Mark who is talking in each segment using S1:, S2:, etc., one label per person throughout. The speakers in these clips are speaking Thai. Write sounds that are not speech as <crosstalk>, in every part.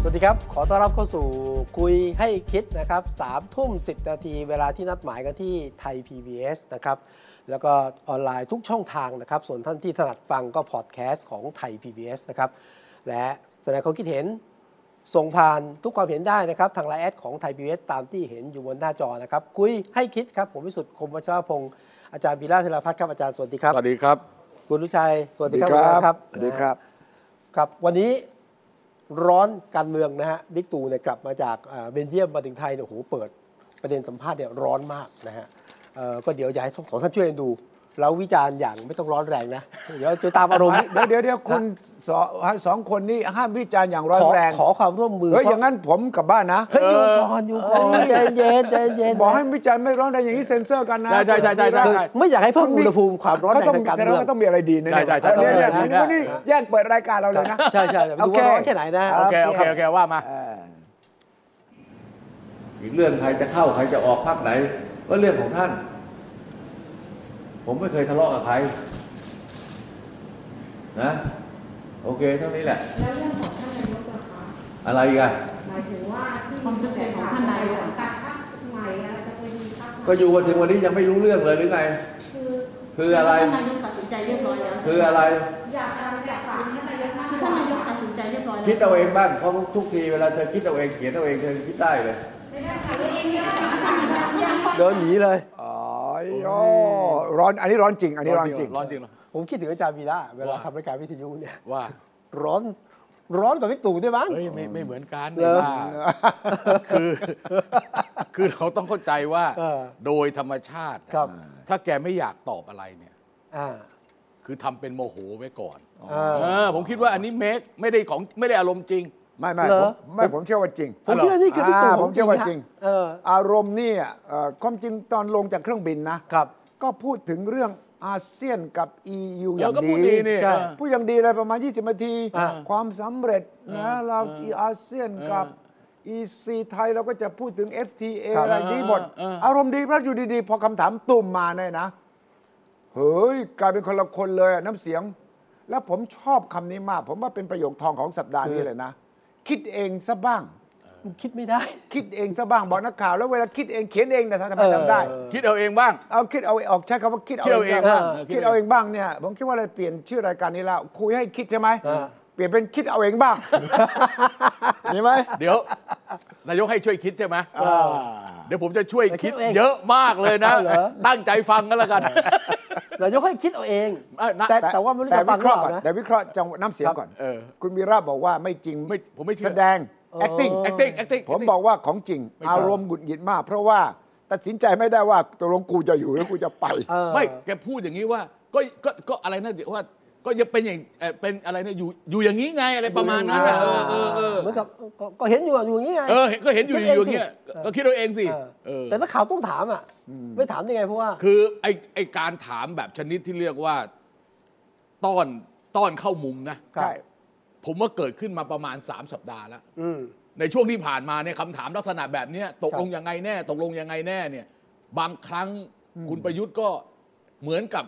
S1: สวัสดีครับ ขอต้อนรับเข้าสู่คุยให้คิดนะครับสามทุ่มสินาทีเวลาที่นัดหมายกันที่ไทย PBS นะครับ แล้วก็ออนไลน์ทุกช่องทางนะครับ ส่วนท่านที่ถนัดฟังก็พอดแคสต์ของไทย PBS นะครับ และแสดงความคิดเห็น ส่งผ่านทุกความเห็นได้นะครับ ทางไลน์แอดของไทยพีเอสตามที่เห็นอยู่บนหน้าจอนะครับ คุยให้คิดครับ ผมวิสุทธิ์คมวัชรพงศ์อาจารย์บีราธีรพัฒน์ครับอาจารย์สวัสดีครับ
S2: สวัสดีครับ
S1: คุณลุชัยสวัสดีครับอาจารย์ครับ
S2: สวัสดีครับ
S1: ครับวันนี้ร้อนการเมืองนะฮะบิ๊กตู่เนี่ยกลับมาจากเอ่อเบนเยียมมาถึงไทยเนี่ยโอ้โหเปิดประเด็นสัมภาษณ์เนี่ยร้อนมากนะฮะเอ่อก็เดี๋ยวอยากให้ทั้งสองท่านช่วยกันดูแล้ววิจารณ์อย่างไม่ต้องร้อนแรงนะ เดี๋ยวจะตามอาร
S3: <laughs>
S1: มณ์
S3: เดี๋ยวเดี๋ยวเดี๋ยวคุณสอสองคนนี่ห้ามวิจารณ์อย่างร้อ
S1: ข
S3: น
S1: อ
S3: แรง
S1: ขอความร่วมมือ
S3: เฮ้ยอย่างนั้นผมกลับบ้านนะ
S1: เฮ้ยอยู่ก่อนอยู่ก่อนใจเย็นใจเย็น
S3: บอกให้วิจารณ์ไม่ร้อนแรงอย่างนี้เซ็นเซอร์กันนะ
S2: ได้ได้ได้ได้ได้
S3: เออ
S1: ไม่อยากให้เพิ่มอุณหภูมิความร้อนแรง
S3: เขาต้อ
S1: ทาง งการเมือง
S3: แสดว่าต้องมีอะไรดีนะเนี่ย
S2: ใช่ใช่ใช่
S3: เนี่ยเนี่ย
S2: ดีนะ
S3: วันนี้แยกเปิดรายการเราเลยนะ
S1: ใช่ใช่ดูว่าร้อนแค่ไหนนะ
S2: โอเค โอเค โอเค ว่ามา
S4: อีกเรื่องใครจะเข้าใครจะออกพักไหนก็เรื่องของท่าน ผมไม่เคยทะเลาะกับใครนะโอเคเท่านี้แหละ
S5: แล้วเรื่องของท่านนายกล่ะคะ
S4: อะไรอีกัน
S5: หมายถึงว่าที่ความสำเร็จของท่านนายกการพักใหม่อะไรจะไปมีพัก
S4: ก็อยู่มาถึงวันนี้ยังไม่รู้เรื่องเลยหรือไง
S5: คือ
S4: คืออะไร
S6: ท่านนายกตัดสินใจเรียบร้อยแล้ว
S4: คืออะไร
S5: อยากจะอยากฝากท่านนายกมากก
S6: คือ
S5: ว่า
S6: ท่านนายกตัดสินใจเรียบร้อยแล้ว
S4: คิดเอาเองบ้างเพราะทุกทีเวลาเธอคิดเอาเองเขียนเอาเองเธอคิดได้เลย
S5: ไม่ได้ค่ะเองไม่ได้
S1: เดินหนีเลย
S3: อ๋อโอ้ร้อนอันนี้ร้อนจริง อันนี้ร้อนจริง
S2: ร้อนจริงเหรอ
S1: ผมคิดถึงอาจารย์วีระเวลา
S2: ว่า
S1: ทำรายการวิทยุเนี่ย
S2: ว่า
S1: ร้อนร้อนกว่าพี่ตู่ด้วยมั้ง
S2: เฮ้ยไม่ไม่เหมือนกัน
S1: เหร
S2: นี่
S1: อ
S2: ว่าคือ คือเราต้องเข้าใจว่า
S1: เออ
S2: โดยธรรมชาติอะ
S1: ครับ
S2: ถ้าแกไม่อยากตอบอะไรเนี่ย
S1: อ่า
S2: คือทำเป็นโมโหไว้ก่อน
S1: เออ
S2: เออผมคิดว่าอันนี้เมคไม่ได้ของไม่ได้อารมณ์จริง
S3: ไม่ไม่
S1: เหรอ
S3: ผมไม่ผมเชื่อว่าจริง
S1: ผมคิดว่านี่คือพี่ตู่
S3: อ่าผมเชื่อว่าจริง
S1: เออ
S3: อารมณ์นี่อ่ะเอ่อความจริงตอนลงจากเครื่องบินนะ
S1: ครับ
S3: ก็พูดถึงเรื่องอาเซียนกับ EU อ
S2: เออย่าง ก็พูดดีนี่
S3: ใช่
S2: เออ
S3: พูดอย่างดีเลยประมาณ 20 นาที
S1: อ่า
S3: ความสำเร็จนะเรา
S2: เออ
S3: อาเซียนกับ EC ไทยเราก็จะพูดถึง FTA อะไรดีหมด
S2: เออเออ
S3: อารมณ์ดีมากอยู่ดีๆ พอคำถามตุ่มมาเนี่ยนะ เฮ้ย กลายเป็นคนละคนเลยอะน้ำเสียง แล้วผมชอบคำนี้มาก ผมว่าเป็นประโยคทองของสัปดาห์นี้เลยนะ คิดเองซะบ้าง
S1: มันคิดไม่ได้
S3: คิดเองซะบ้างบอกนักข่าว แล้วเวลาคิดเองเขียนเองนะทำไมทำได้
S1: เออ
S2: คิดเอาเองบ้าง
S3: เอาคิดเอาออกใช้คำว่าคิด
S2: คิดเอาเอง
S3: บ้าง
S2: เออคิด
S3: คิดเอาเองบ้างเนี่ยผมคิดว่าอะไรเปลี่ยนชื่อรายการนี้แล้วคุยให้คิดใช่ไหม
S1: เออ
S3: เปลี่ยนเป็นคิดเอาเองบ้างเห็นไหม
S2: เดี๋ยวนายกให้ช่วยคิดใช่ไหมเดี๋ยวผมจะช่วยคิด
S1: เอาเอง
S2: เยอะมากเลยนะ
S1: เอาเหรอ
S2: ตั้งใจฟังกันแล้วกัน
S1: นายกให้คิดเอาเอง
S2: เออนะ
S1: แต่แต่ว่าไม่รู้
S3: แต่
S1: จะฟั
S3: วิ
S1: ง
S3: เคราะห์
S1: ห
S3: ก่
S1: อ
S3: อน
S1: เปล่านะ
S3: แต่วิเคราะห์จังหวะน้ำเสียงก่อน
S2: เออ
S3: คุณวีระบอกว่าไม่จริง
S2: ไม่ผมไม่เชื่อ
S3: แสดง
S1: เออ
S3: acting
S2: acting acting
S3: ผมบอกว่าของจริง อารมณ์หงุดหงิดมาก เพราะว่าตัดสินใจไม่ได้ว่าตกลงกูจะอยู่หรือกูจะไป
S1: เออ
S2: ไม่แกพูดอย่างนี้ว่าก็ก็ก็อะไรนะเดี๋ยวว่า ก็ยังเป็นอย่างเอ่อเป็นอะไรนะอยู่อยู่อย่างนี้ไงอะไรประมาณนั้นน่ะเออเออเออ
S1: เหมือนกับก็ก็เห็นอยู่อะอยู่อย่างนี้ไง
S2: เออเห็นก็เห็นอยู่
S1: คิด
S2: อยู่อย่าง
S1: สิ
S2: เงี้ยก็คิดเอาเองสิ
S1: เออ
S2: เออ
S1: แต่ถ้าข่าวต้องถามอ่ะ ไม่ถามได้ไงเพราะว่า
S2: คือไอไอการถามแบบชนิดที่เรียกว่าต้อนต้อนเข้ามุมนะ
S1: ใช่
S2: ผมว่าเกิดขึ้นมาประมาณ 3 สัปดาห์แล้ว
S1: อืม
S2: ในช่วงที่ผ่านมาเนี่ยคำถามลักษณะแบบเนี้ยตกลงยังไงแน่ ตกลงยังไงแน่เนี่ย บางครั้งคุณประยุทธ์ก็เหมือนกับ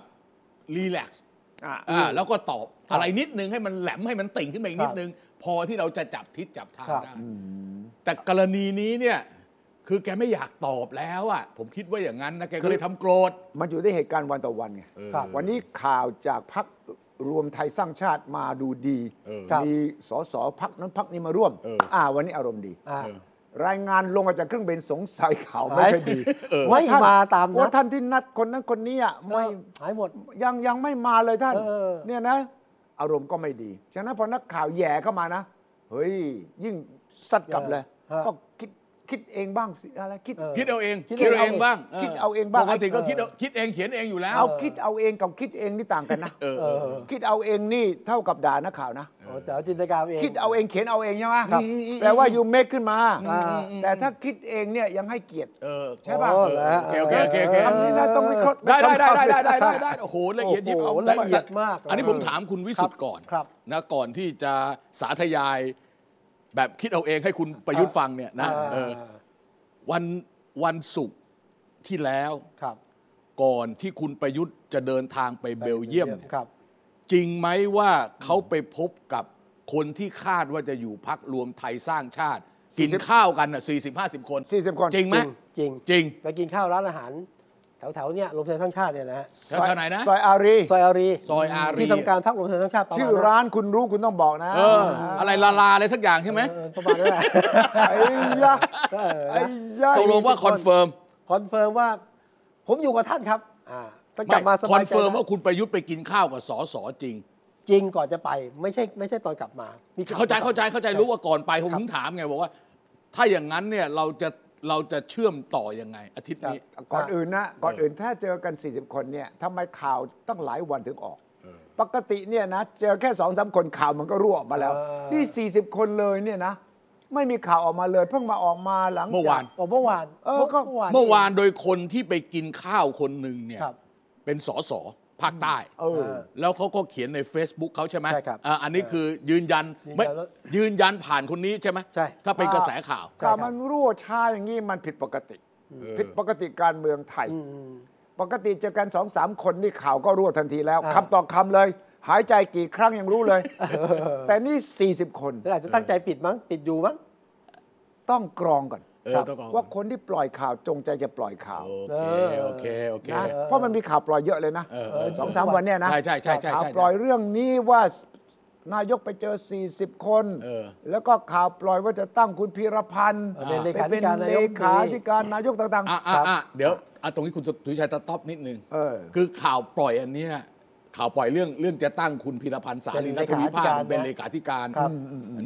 S2: รีแลกซ์
S3: อ่ะ
S2: อ่าแล้วก็ตอบอะไรนิดนึงให้มันแหลมให้มันติ่งขึ้นมาอีกนิ
S1: ครั
S2: ด
S1: บ
S2: นึง พอที่เราจะจับทิศจับทาง
S1: ครับ
S2: ได้แต่กรณีนี้เนี่ย คือแกไม่อยากตอบแล้วอ่ะผมคิดว่าอย่างนั้นนะแกก็เลยทำโกรธ
S3: มันอยู่ที่เหตุการณ์วันต่อวันไง
S1: ครับ
S3: วันนี้ข่าวจากพักรวมไทยสร้างชาติมาดูดี
S2: เออ
S1: ครับ
S3: มีสสพักนั้นพักนี้มาร่วม
S2: เอออ่
S3: ่าวันนี้อารมณ์ดี
S1: อ่า
S2: เออ
S3: รายงานลงมาจากเครื่องบินสงสัยข่าวไม่ค่อยดี
S1: เออไม่มาตามนัด
S3: ว่าท่านที่นัดคนนั้นคนนี้อ่ะไม่
S1: หายหมด
S3: ยังยังไม่มาเลยท่าน
S1: เออ
S3: เนี่ยนะ อารมณ์ก็ไม่ดี ฉะนั้นพอนักข่าวแย่เข้ามานะ เฮ้ย ยิ่งซัดกลับเลย
S1: เออฮะ
S3: ก็คิด คิดเองบ้างสิอะไรคิด
S1: เออ
S2: คิดเอาเอง
S1: คิดเอาเอง
S2: บ้าง
S3: คิดเอาเองบ้าง
S2: ปกติก็คิดเอาคิดเองเขียนเองอยู่แล้ว
S3: เอาคิดเอาเองกับคิดเองนี่ต่างกันนะ
S2: เออ
S1: เอ
S2: เออ
S1: อ
S3: คิดเอาเองนี่เท่ากับด่านักข่าวนะ
S1: โอ้แต่ว่าจินตนาการเอง
S3: คิดเอาเองเขียนเอาเองใช่ไหม
S1: ครับ
S3: แปลว่ายูเมคขึ้นมา
S1: อ่า
S3: แต่ถ้าคิดเองเนี่ยยังให้เกียรติ
S2: เออ
S3: ใช่ป่ะ
S1: โอ้เหรอ
S2: โอเคโอเคโอเคโอเค
S3: คำนี้นะต้องวิเคราะห์
S2: ได้ได้ได้ได้ได้ได้ได้โอ้โหละเอียดยิบเอา
S1: โโหละเอียดมาก
S2: อันนี้ผมถามคุณวิสุทธ์ก่อน
S1: ครับ
S2: นะก่อนที่จะสาธยายแบบคิดเอาเองให้คุณประยุทธ์ฟังเนี่ยนะเออวันวันศุกร์ที่แล้ว
S1: ครับ
S2: ก่อนที่คุณประยุทธ์จะเดินทางไปเบลเยียมเนี่ย
S1: ครับ
S2: จริงไหมว่าเขาไปพบกับคนที่คาดว่าจะอยู่พักรวมไทยสร้างชาติ กิน
S3: 40
S2: ข้าวกันน่ะสี่สิบห้าสิบคน
S3: 40 คน
S2: จริงไหม
S1: จริง
S2: จริง
S1: ไปกินข้าวร้านอาหาร แถวๆเนี่ยรวมไทยสร้างชาติเนี่ยนะฮะ
S2: แถวๆไหนนะ
S3: ซอยอารี
S1: ซอยอารี
S2: ซอยอารี
S1: ที่ทำการพรรครวมไทยสร้างชาติประมาณ
S3: ชื่อ
S1: นั้น
S3: ร้านคุณรู้คุณต้องบอกนะ
S2: เออ อะไรลาลาอะไรสักอย่างใช่ไหม
S1: เออประมาณนั้นแหละ
S3: ไอ้ยะ
S1: เออ
S3: ไอ้
S1: นะ
S3: ยะ
S2: ตกลงว่าคอนเฟิร์ม
S1: คอนเฟิร์มว่า ผมอยู่กับท่านครับอ่าต้องกลับมาส
S2: ค
S1: บา
S2: อย น
S1: ใจ
S2: เฟิร์ม
S1: นะ
S2: ว่าคุณประยุทธ์ไปกินข้าวกับสอสอจริง
S1: จริงก่อนจะไปไม่ใช่ไม่ใช่ตอนกลับมามีข่ว
S2: เข้าใจเข้าใจเข้าใจรู้ว่าก่อนไปผมถึงถามไงบอกว่า ถ้าอย่างนั้นเนี่ยเราจะเราจะเชื่อมต่อยังไง อาทิตย์นี้
S3: ก่อนอื่นนะก่อนอื่นถ้าเจอกัน 40 คนเนี่ยทำไมข่าวตั้งหลายวันถึงออก ปกติเนี่ยนะ เจอแค่สองสามคนข่าวมันก็รั่วออกมาแล้ว
S1: เออ
S3: นี่ 40 คนเลยเนี่ยนะ ไม่มีข่าวออกมาเลย เพิ่งมาออกมาหลัง
S2: เมื่อวาน
S1: โอ้เมื่อวาน
S3: เออก็
S1: เมื่อวาน
S2: เมื่อวานโดยคนที่ไปกินข้าวคนหนึ่งเนี่ย
S1: ครับ
S2: เป็นสอสอภาคใต้
S3: เออ
S2: แล้วเขาก็เขียนใน Facebook เขาใช่ไหม
S1: ใช่ครับ
S2: อ่าอันนี้คือยืนยัน
S1: ยืนยัน
S2: ไม่
S1: แล้ว
S2: ยืนยันผ่านคนนี้ใช่ไหม
S1: ใช่
S2: ถ้าเป็นกระแสข่าว
S1: ใช่ครับ
S3: ข่าวมันรั่วช้าอย่างนี้มันผิดปกติ ผิดปกติการเมืองไทย
S1: อืม
S3: ปกติเจอกันสองสามคนนี่ข่าวก็รั่วทันทีแล้ว
S1: อ่า
S3: คำต่อคำเลย หายใจกี่ครั้งยังรู้เลย <laughs> แต่นี่ 40 คน
S1: หรืออาจจะตั้งใจปิดมั้งปิดอยู่มั้ง
S3: ต้องกรองก่อน
S2: เออ
S3: ครับ
S2: ต้องกรอง
S3: ว่าคนที่ปล่อยข่าวจงใจจะปล่อยข่าว
S2: โอ
S1: เอ
S2: เค
S1: อ
S2: โอเค โอเค
S3: นะเพราะมันมีข่าวปล่อยเยอะเลยนะ
S2: เออเออ
S3: สองสามวันเนี่ยนะ
S2: ใช่ใช่ใช่ใช่
S3: ข่าว
S2: ใช่
S3: ปล่อยเรื่องนี้ว่านายกไปเจอ 40 คน
S2: เออ
S3: แล้วก็ข่าวปล่อยว่าจะตั้งคุณพีรพันธ์
S1: เออเป็น
S3: ไป
S1: เลขาธิ
S3: เป็น
S1: การนาย
S3: เล
S1: ก
S3: ขา
S1: ดี
S3: ธิการนายกต่าง
S2: อ่ะ
S3: ๆ
S2: อ่ะ
S3: ครับ
S2: อ่ะเดี๋ยวอ่ะตรงนี้คุณสุทธิชัยจะท็อปนิดนึง
S3: เออ
S2: คือข่าวปล่อยอันเนี้ยข่าวปล่อยเรื่องเรื่องจะตั้งคุณพีรพันธ์สาลีรัฐวิภาค
S1: เป็
S2: เป็น
S1: น
S2: เล
S1: เล
S2: ขา
S1: ขาธิ
S2: ธิการ
S1: ครับ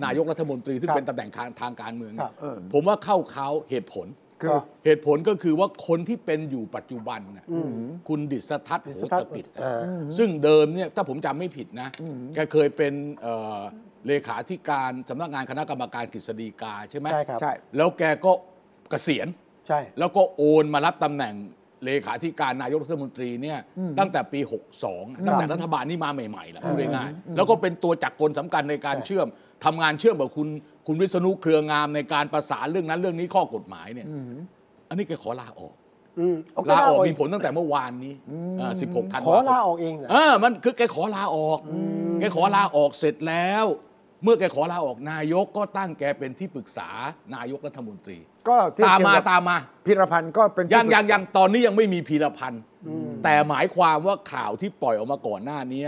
S2: นายกรัฐมนตรีซึ่ง
S1: ครับ
S2: เป็นตำแหน่งทางทางการเมือง
S1: ครับ
S2: ผมว่าเข้าเขาเหตุผล
S3: คือ
S2: เหตุผลก็คือว่าคนที่เป็นอยู่ปัจจุบันน่ะคุณดิษทัศน์โหตปิด
S1: เออ
S2: ซึ่งเดิมเนี่ยถ้าผมจำไม่ผิดนะ แกเคยเป็นเอ่อเลขาธิการสำนักงานคณะกรรมการกฤษฎีกาใช่ไหม
S1: ใช่ครับ
S3: ใช่
S2: แล้วแกก็เกษียณ
S1: ใช่
S2: แล้วก็โอนมารับตำแหน่งเลขาธิการนายกรัฐมนตรีเนี่ยตั้งแต่ปี 62อะตั้งแต่รัฐบาลนี้มาใหม่ๆแหละพูดง่ายๆแล้วก็เป็นตัวจักรกลสำคัญในการเชื่อมทำงานเชื่อมกับคุณคุณวิษณุเครืองามในการประสานเรื่องนั้นเรื่องนี้ข้อกฎหมายเนี่ยอันนี้แกขอลาออก
S1: อืมเ
S2: ลาออกมีผลตั้งแต่เมื่อวานนี้อ่า16ธัน
S1: ขอ
S2: วาคม
S1: ลาออกเองเหรอ
S2: เออมันคือแกขอลาออก แกขอลาออกเสร็จแล้ว เมื่อแกขอลาออกนายกก็ตั้งแกเป็นที่ปรึกษานายกรัฐมนตรี
S3: ก็ที่
S2: ตาม
S3: เกี่ยว
S2: มา
S3: กับ
S2: ตามมา
S3: พีรพันธ์ก็เป็นที่
S2: ยัง
S3: ปรึก
S2: ยัง
S3: ษา
S2: ยังตอนนี้ยังไม่มีพีรพันธ์แต่หมายความว่าข่าวที่ปล่อยออกมาก่อนหน้านี้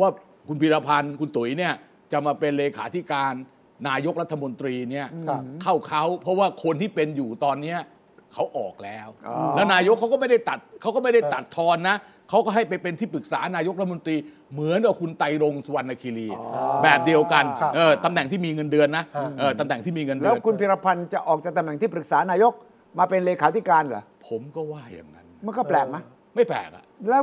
S2: ว่าคุณพีรพันธ์คุณตุ๋ยเนี่ยจะมาเป็นเลขาธิการนายกรัฐมนตรีเนี่ย
S1: ครับ
S2: เข้าเขาเพราะว่าคนที่เป็นอยู่ตอนเนี้ยเขาออกแล้ว
S3: อ๋อ
S2: แล้วนายกเขาก็ไม่ได้ตัดเขาก็ไม่ได้ตัดทอนนะเขาก็ให้ไปเป็นที่ปรึกษานายกรัฐมนตรี เหมือนกับคุณไตรรงค์สุวรรณคีรีแบบเดียวกัน
S1: ครับ
S2: เออตำแหน่งที่มีเงินเดือนนะ
S1: อ่า
S2: เออตำแหน่งที่มีเงินเดื
S3: แล้ว
S2: อน
S3: คุณพีรพันธ์จะออกจากตำแหน่งที่ปรึกษานายกมาเป็นเลขาธิการเหรอ
S2: ผมก็ว่าอย่างนั้น
S3: มันก็แปลกไหม
S2: ไม่แปลกอะ
S3: แล้ว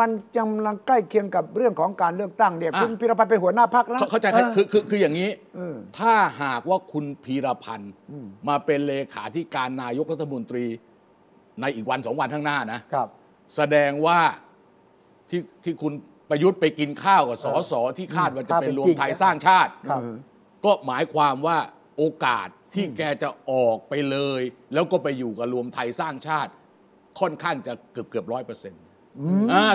S3: มันกำลังใกล้เคียงกับเรื่องของการเลือกตั้งเนี่ย
S2: อ่ะ
S3: คุณพีรพันธ์เป็นหัวหน้าพักแล้ว
S2: เข้าเข้าใจครับคือคือคืออย่างนี้
S3: เออ
S2: ถ้าหากว่าคุณพีรพันธ์มาเป็นเลขาธิการนายกรัฐมนตรีในอีกวันสองวันข้างหน้านะ
S1: ครับ
S2: แสดงว่าที่ที่คุณประยุทธ์ไปกินข้าวกับสอสอที่คาดว่าจะ
S1: ถ้าเป็
S2: เป็น
S1: น
S2: รวม
S1: จริง
S2: ไทย
S1: นะ
S2: สร้างชาติ
S1: ครับ
S2: ก็หมายความว่าโอกาสที่แกจะออกไปเลย แล้วก็ไปอยู่กับรวมไทยสร้างชาติ ค่อนข้างจะเกือบเกือบร้อยเปอร์เซ็นต์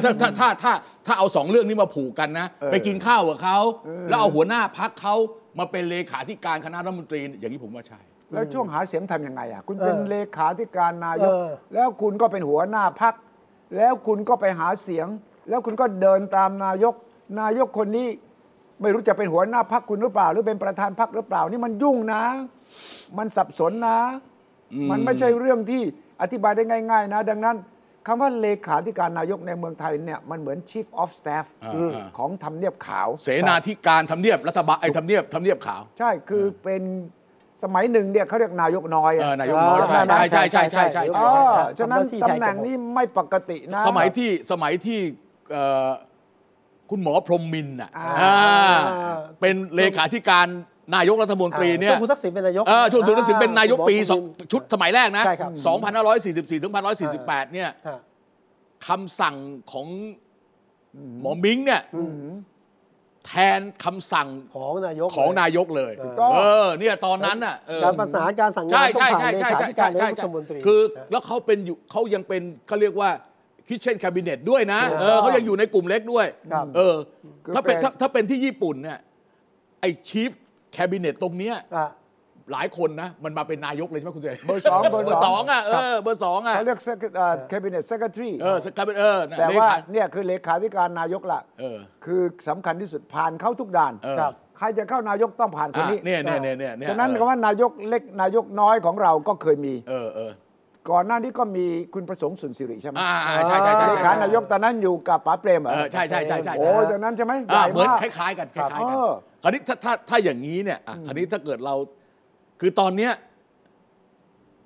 S2: ถ้าถ้าถ้าถ้าถ้าเอาสองเรื่องนี้มาผูกกันนะ ไปกินข้าวกับเขา แล้วเอาหัวหน้าพักเขามาเป็นเลขาธิการคณะรัฐมนตรี อย่างนี้ผมว่าใช่
S3: แล้วช่วงหาเสียงทำยังไงอ่ะคุณ
S1: เออ
S3: เป็นเลขาธิการนายก
S1: เออ
S3: แล้วคุณก็เป็นหัวหน้าพัก แล้วคุณก็ไปหาเสียง แล้วคุณก็เดินตามนายก นายกคนนี้ ไม่รู้จะเป็นหัวหน้าพักคุณหรือเปล่า หรือเป็นประธานพักหรือเปล่านี่มันยุ่งนะ มันสับสนนะ มันไม่ใช่เรื่องที่อธิบายได้ง่าย ๆ นะ ดังนั้นคำว่าเลขาธิการนายกในเมืองไทยเนี่ยมันเหมือน Chief of Staff
S2: อ่าอ่า
S3: ของทำเนียบขาว
S2: เสนาธิการทำเนียบรัฐบาลไอ้ทำเนียบทำเนียบขาว
S3: ใช่ คือเป็น สมัยหนึ่งเนี่ยเขาเรียกนายกน้อย
S2: เอ
S3: อะ
S2: อนายกน้อยใช่ใช่ใช่ใช่ใช่ใช่
S3: อ๋
S2: ใช่
S3: อ
S2: ใช่
S3: ฉะนั้นตำแหน่งนี้ไม่ปกตินะ
S2: สมัยที่สมัยที่เอ่อคุณหมอพรหมมินทร์น่ะ
S3: อ่า
S2: อ่าเป็นเลขาธิการนายกรัฐมนตรีเนี่ย
S1: ช่วงคุณทักษิณเป็นนายก
S2: เออช่วงคุณทักษิณเป็นนายกปีสองชุดสมัยแรกนะ
S1: ใช่ครับ
S2: 2,544ถึง1,548 เนี่ย
S1: ฮะ
S2: คำสั่งของหมอมิงเนี่ย
S1: อืม
S2: แทนคำสั่ง
S1: ของนายก
S2: ของ
S1: เล
S2: นายกเลย
S1: ถูกต้
S2: เอ
S1: อง
S2: อเนี่ยตอนนั้นน่ะเออ
S1: การประสานการสั่งงาน
S2: ใช่
S1: ต้อง
S2: ใช่
S1: ผ่าน
S2: ใช่ใช่
S1: เลขา
S2: ใช่
S1: ธิการนาย
S2: ใช่
S1: กรัฐมนตรี
S2: คือ
S1: นะ
S2: แล้วเขาเป็นอยู่เขายังเป็นเขาเรียกว่าคิเช่นแคบิเนตด้วยนะ
S1: ถูกต้อง
S2: เออเขายังอยู่ในกลุ่มเล็กด้วย
S3: ครับ
S2: เออ
S3: คือ
S2: ถ้าเป็น
S3: เป็น
S2: ถ้าถ้าเป็นที่ญี่ปุ่นเนี่ยไอ้ชีฟแคบิเนตตรงเนี้ย
S1: อ่ะ
S2: หลายคนนะ มันมาเป็นนายกเลยใช่ไหมคุณเจ
S3: เบอร์สองเบอร์สอง
S2: อ่ะเออเบอร์สองอ่ะ
S3: เขาเรียก Secret- เอ่อ cabinet secretary
S2: เออสกายเป็นเออน่ะ
S3: แต่ว่า
S2: เลขด
S3: เนี่ยคือเลขาธิการนายกละ
S2: เออ
S3: คือสำคัญที่สุดผ่านเข้าทุกด่าน
S2: เออ
S1: ครับ
S3: ใครจะเข้านายกต้องผ่านคน
S2: อ่ะ
S3: นี้
S2: เนี่ยเนี่ยเนี่ยเนี่ยเย
S3: ฉะนั้น
S2: เออ
S3: คำว่านายกเล็กนายกน้อยของเราก็เคยมี
S2: เออเออ
S3: ก่อนหน้านี้ก็มีคุณประสงค์สุนทริใช่ไหม
S2: อ่าอ่าใช่ใช่ใช่
S3: เล
S2: ใช่
S3: ขานายกตอนนั้นอยู่กับป๋าเปรมหร
S2: เออใช่ใช่ใช่ใช่
S3: โอ้
S2: ใช่
S3: จากนั้นใช่ไหมให
S2: อ่า
S3: ญ่
S2: เหมือน
S3: มาก
S2: คล้ายๆกันคล้ายๆกัน
S3: เออ
S2: คราวนี้ถ้าถ้าถ้าอย่างนี้เนี่ยอ่ะคราวนี้ถ้าเกิดเรา คือตอนเนี้ย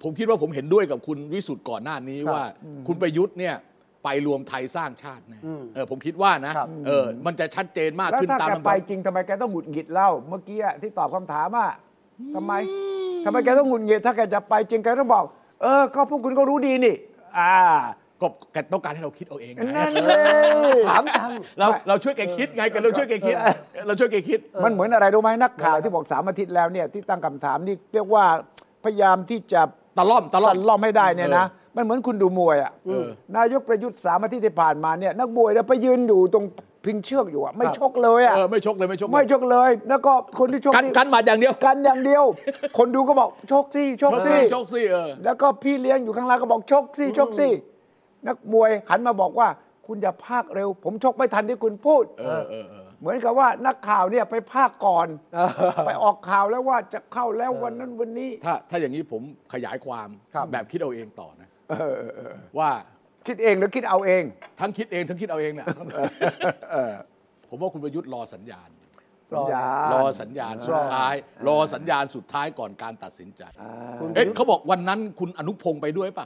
S2: ผมคิดว่าผมเห็นด้วยกับคุณวิสุทธ์ก่อนหน้านี้ว่า คุณประยุทธ์เนี่ย ไปรวมไทยสร้างชาตินะ
S1: อืม
S2: เออผมคิดว่านะครับ เออ มันจะชัดเจนมาก
S3: แล้ว
S2: ขึ้น
S3: ถ้า
S2: ตาม
S3: แก
S2: ลำดับ
S3: ไปจริงทำไมแกต้องหงุดหงิดเล่าเมื่อกี้ที่ตอบคำถามอ่ะทำไมทำไมแกต้องหงุดหงิดถ้าแกจะไปจริงแกต้องบอก เออ ก็พวกคุณก็รู้ดีนี่ อ่า
S2: ก็แกต้องการให้เราคิดเอาเองไง
S3: นั่นเลย
S1: ถามจัง
S2: เราเราช่วยแกคิดไงแกันเราช่วยแกคิด เราช่วยแกคิด
S3: มันเหมือนอะไรรู้ไหมนักข่าวที่บอกสามอาทิตย์แล้วเนี่ยที่ตั้งคำถามนี่เรียกว่าพยายามที่จะ
S2: ตะล่อมตะล่อม
S3: ตันล่อมให้ได้เนี่ยนะ มันเหมือนคุณดูมวยอ่ะ
S2: เออ
S3: นายกประยุทธ์สามอาทิตย์ที่ผ่านมาเนี่ยนักมวยเนี่ยไปยืนอยู่ตรงพิงเชือกอยู่อ่ะไม่ชกเลยอ่ะ
S2: เออไม่ชกเลยไม่ชกเลย
S3: ไม่ชกเลย แล้วก็คนที่ชก
S2: กัน
S3: นี่
S2: กันมาอย่างเดียว
S3: กันอย่างเดียว คนดูก็บอกชกสิชกสิ
S2: ชกสิเออ
S3: แล้วก็พี่เลี้ยงอยู่ข้างล่างก็บอกชกสิชกสินักมวยหันมาบอกว่า คุณอย่าพากเร็ว ผมชกไม่ทันที่คุณพูด
S2: เออเออเออ
S3: เหมือนกับว่านักข่าวเนี่ยไปพากก่อน
S1: เออ
S3: ไปออกข่าวแล้วว่าจะเข้าแล้ววันนั้นวันนี้
S2: ถ้าถ้าอย่างนี้ผมขยายความแบบคิดเอาเองต่อนะว่า
S3: คิดเองหรือคิดเอาเอง
S2: ทั้งคิดเองทั้งคิดเอาเองเนี่ยผมว่าคุณประยุทธ์รอสัญญาณ
S3: สัญญาณ
S2: รอสัญญาณสุดท้าย รอสัญญาณสุดท้ายก่อนการตัดสินใจ
S1: คุณ
S2: เอ๊ะเขาบอกวันนั้นคุณอนุพงศ์ไปด้วยป่ะ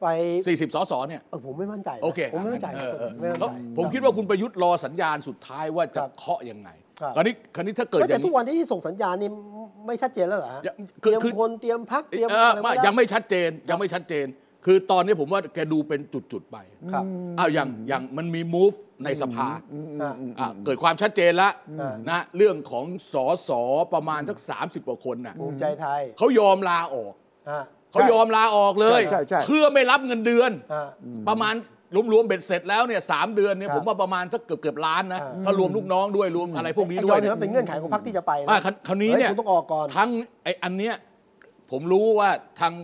S1: ไป
S2: 40สสเนี่ย
S1: เออผมไม่มั่นใจนะ
S2: โอเค
S1: ผมไม่มั่นใจ
S2: เออเออ
S1: ไม่มั่น
S2: แล้ว
S1: ใจ
S2: ผมคิดว่าคุณประยุทธ์รอสัญญาณสุดท้ายว่าจะ
S1: ครับ
S2: เคาะยังไง
S1: ครับ
S2: คราวนี้คราวนี้ถ้าเกิดอ
S1: แต่
S2: ย่าง
S1: ทุก
S2: นี้
S1: วันที่ส่งสัญญาณนี่ไม่ชัดเจนแล้วเหรอฮะ
S2: ยัง
S1: เต
S2: คือ
S1: รียม
S2: คือ
S1: คนเตรียมพักเตรียม
S2: เอ
S1: อะ
S2: อ
S1: ร
S2: ไม่
S1: ว้แล้ว
S2: ยังไม่ชัดเจนยังไม่ชัดเจน คือตอนนี้ผมว่าแกดูเป็นจุดๆไป
S1: ครับ
S2: อ้าวอย่างอย่างมันมีมูฟในสภา
S1: อ่ะ
S2: อ่ะเกิดความชัดเจนแล้ว
S1: อืม
S2: นะเรื่องของสอสอประมาณสัก 30 กว่าคนน่ะ
S1: ภูมิใจไทย
S2: เขายอมลาออก
S1: ฮะ
S2: เขายอมลาออกเลย
S3: ใช่ใช่ใช่
S2: เพื่อไม่รับเงินเดือน
S1: ฮะ
S2: ประมาณรวมๆเบ็ดเสร็จแล้วเนี่ยสามเดือนเนี่ย
S1: ครั
S2: ผ
S1: บ
S2: มว่าประมาณสักเกือบเกือบๆล้านนะ
S1: อ่า
S2: ถ้ารวมลูกน้องด้วยรวมอะไรพวกนี้
S1: ไอ้
S2: ด้
S1: ย
S2: ว
S1: อ
S2: ย
S1: ม
S2: เนี่
S1: เนี่ย ยมันเป็นเงื่อนไขของพรรคที่จะไปนะ
S2: อ่าคราวคราวนี้เนี่ย
S1: ฮ้คุณต้องออกก่อน
S2: ทั้งไออันเนี้ยผมรู้ว่าทั้ง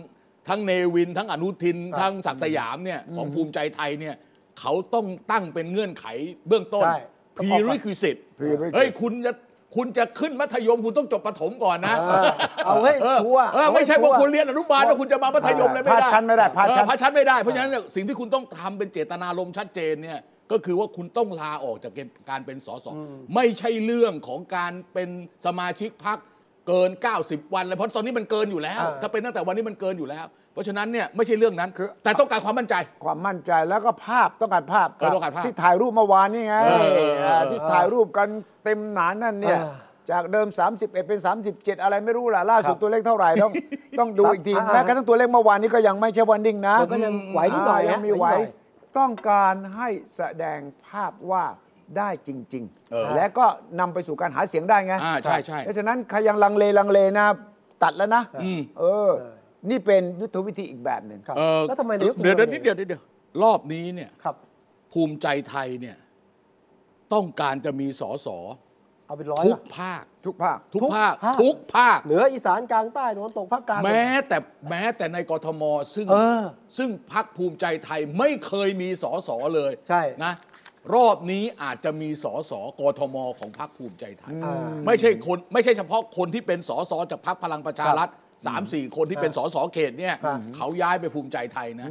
S2: ทั้งเนวินทั้งอนุทิน
S1: ครับ
S2: ทั้งศักดิ์สยามเนี่ยของภูมิใจไทยเนี่ยเขาต้องตั้งเป็นเงื่อนไขเบื้องต้น
S1: ใช่
S2: prerequisite
S3: prerequisite
S2: เฮ้ยคุณจะคุณจะขึ้นมัธยมคุณต้องจบประถมก่อนนะ
S1: เออเอาให้ชัวร์
S2: เออไม่ใช่
S1: เอให้ชั
S2: ว่าคุณเรียนอนุบาลแล้วคุณจะมามัธยมเลยไม่
S3: พา
S2: ได้
S3: ชั้นไม่ได้พา
S2: เออ
S3: ชั้น
S2: พาชั้นไม่ได้เพราะฉะนั้นเนี่ยสิ่งที่คุณต้องทำเป็นเจตนารมณ์ชัดเจนเนี่ยก็คือว่าคุณต้องลาออกจากการเป็นสสไม่ใช่เรื่องของการเป็นสมาชิกพักเกิน 90 วันเลยเพราะตอนนี้มันเกินอยู่แล้ว
S1: อ่า
S2: ถ้าเป็นตั้งแต่วันนี้มันเกินอยู่แล้ว เพราะฉะนั้นเนี่ยไม่ใช่เรื่องนั้นแต่ต้องการความมั่นใจ
S3: ความมั่นใจแล้วก็ภาพต้องการภาพ
S2: เออต้องการภาพ
S3: ที่ถ่ายรูปเมื่อวานนี่ไง
S2: เออเออเออ
S3: ที่ถ่ายรูปกันเต็มหนานั่นเนี่ย
S1: เออ
S3: จากเดิม 31 เป็น 37 อะไรไม่รู้ล่ะล่าสุด
S1: ครับ
S3: ตัวเลขเท่าไหร่
S2: <laughs>
S3: ต้องต้องดูอีกที
S1: อ่า
S3: แม้กระทั่งตัวเลขเมื่อวานนี้ก็ยังไม่ใช่วันดิ้งนะ
S1: แต่ก็ยังไหวนิดหน่อย
S3: ายั
S1: ฮะ
S3: มีไหว
S1: นิดน่อย
S3: ต้องการให้แสดงภาพว่าได้จริง
S2: เออ
S3: ๆ และก็นำไปสู่การหาเสียงได้ไง
S2: อ่าใช่ใช่
S3: เพราะฉะนั้นใครยังลังเลลังเลนะตัดแล้วนะ
S2: อืม
S3: เออ นี่เป็นยุทธวิธีอีกแบบหนึ่ง
S1: ครับ
S2: เออ
S1: แล้วทำไมนายกถึง
S2: เดี๋ยว
S1: ลังล
S2: เดี๋ยวนิดเดียวนิดเดียวรอบนี้เนี่ย
S1: ครับ
S2: ภูมิใจไทยเนี่ยต้องการจะมีสอสอ
S1: เอาเป็นร้อย
S2: ทุก
S1: ละ
S2: ภาค
S3: ทุกภาค
S2: ทุก
S1: ทุก
S2: ภาค
S1: ภาค
S2: ทุกภาค
S1: เหนืออีสานกลางใต้ตะวันตกภาคกลาง
S2: แม้แต่แม้แต่ในกทมซึ่ง
S1: เออ
S2: ซึ่งพักภูมิใจไทยไม่เคยมีสอสอเลย
S1: ใช่
S2: นะ รอบนี้อาจจะมีสอสอกทมของพักภูมิใจไทย
S1: อ่า
S2: ไม่ใช่คนไม่ใช่เฉพาะคนที่เป็นสอสอจากพักพลังประชารัฐสามสี่คนที่เป็นสอสอเขตเนี่ย
S1: ครับ
S2: เขาย้ายไปภูมิใจไทยนะ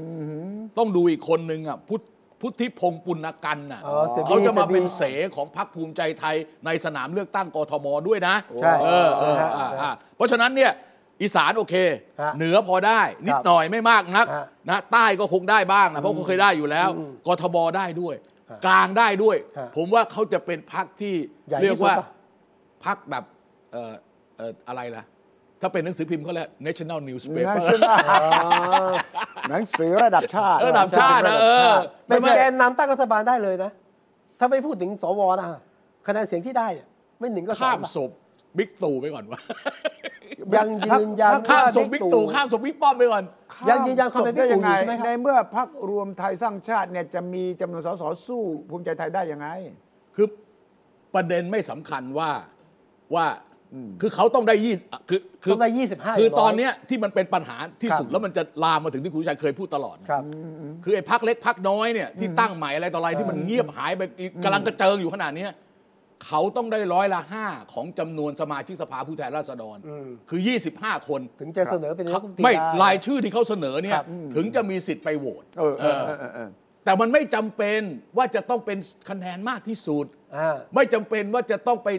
S2: ต้องดูอีกคนนึงอ่ะพุทธพุทธิพงศ์ปุณกันน่ะ
S1: อ๋อเสียบี
S2: เขาจะมา
S1: เสียบี
S2: เป็นเสของพักภูมิใจไทยในสนามเลือกตั้งกทมด้วยนะ
S1: ใช่
S2: เออเออ
S1: นะฮะ
S2: อ่า อ่ะเพราะฉะนั้นเนี่ย อีสานโอเค
S1: ฮะ
S2: เหนือพอได้ นิดหน่อยไม่มากนัก
S1: ฮะ
S2: นะใต้ก็คงได้บ้างนะเพราะเขาเคยได้อยู่แล้ว
S1: อืม
S2: กทบได้ด้วย
S1: ฮะ
S2: กลางได้ด้วย
S1: ฮะ
S2: ผมว่าเขาจะเป็นพักที่
S1: ใหญ่ที่
S2: เรียกว่า
S1: สุดปะ
S2: พักแบบเอ่อเอ่ออะไรล่ะ ถ้าเป็นหนังสือพิมพ์เขาแหละ national
S3: นะ
S2: newspaper
S3: ใช่ไหม <laughs> หนังสือระดับชาติ
S2: ระดับชาตินะเออ
S1: เป็น
S2: ใช่ไหม
S1: แกนนำตั้งรัฐบาลได้เลยนะ ถ้าไม่พูดถึงสวนะคะแนนเสียงที่ได้อะไม่หนึ่งก็สอ
S2: ข้าง ม
S1: อะ
S2: ศพบิ๊กตู่ไป
S1: <laughs>
S2: ก่อนวะ
S1: ยังยืนยัน
S2: ข้ามศพ
S1: ว่
S2: บิ๊กตู่ข้ามศพบิ๊กป้อมไปก่อน
S1: ยังยืนยันความเป็นบิ๊กตู่อยู่
S3: ข้ามศพด้
S1: ใช่ไหม
S3: ยัง
S1: ค
S3: งใน
S1: รับ
S3: เมื่อพักรวมไทยสร้างชาติเนี่ยจะมีจำนวนสสสู้ภูมิใจไทยได้ยังไง
S2: คือประเด็นไม่สำคัญว่าว่าคือเขาต้องได้ยี่คือคื
S1: ต้องได้25
S2: คือ
S1: อย่างน้อย
S2: ตอนเนี้ยที่มันเป็นปัญหาที่สุด
S1: ครับ
S2: แล้วมันจะลามมาถึงที่คุณชัยเคยพูดตลอดนะครับ คือไอ้พักเล็กพักน้อยเนี่ยที่ตั้งใหม่อะไรต่ออะไรที่มันเงียบหายไปอีกกำลังกระเจิงอยู่ขนาดเนี้ยเขาต้องได้ร้อยละห้าของจำนวนสมาชิกสภาผู้แทนราษฎร
S1: อืม
S2: คือ 25 คน
S1: ถึงจะเสนอเป็นนายกรัฐนตรี
S2: ไม่
S1: ด้
S2: รายชื่อที่เขาเสนอเนี่
S1: ค
S2: ย
S1: รับ
S2: ถึงจะมีสิทธิ์ไปโหวต
S3: เออเออเออเออเออ
S2: แต่มันไม่จำเป็นว่าจะต้องเป็นคะแนนมากที่สุด
S1: อ่า
S2: ไม่จำเป็นว่าจะต้องไป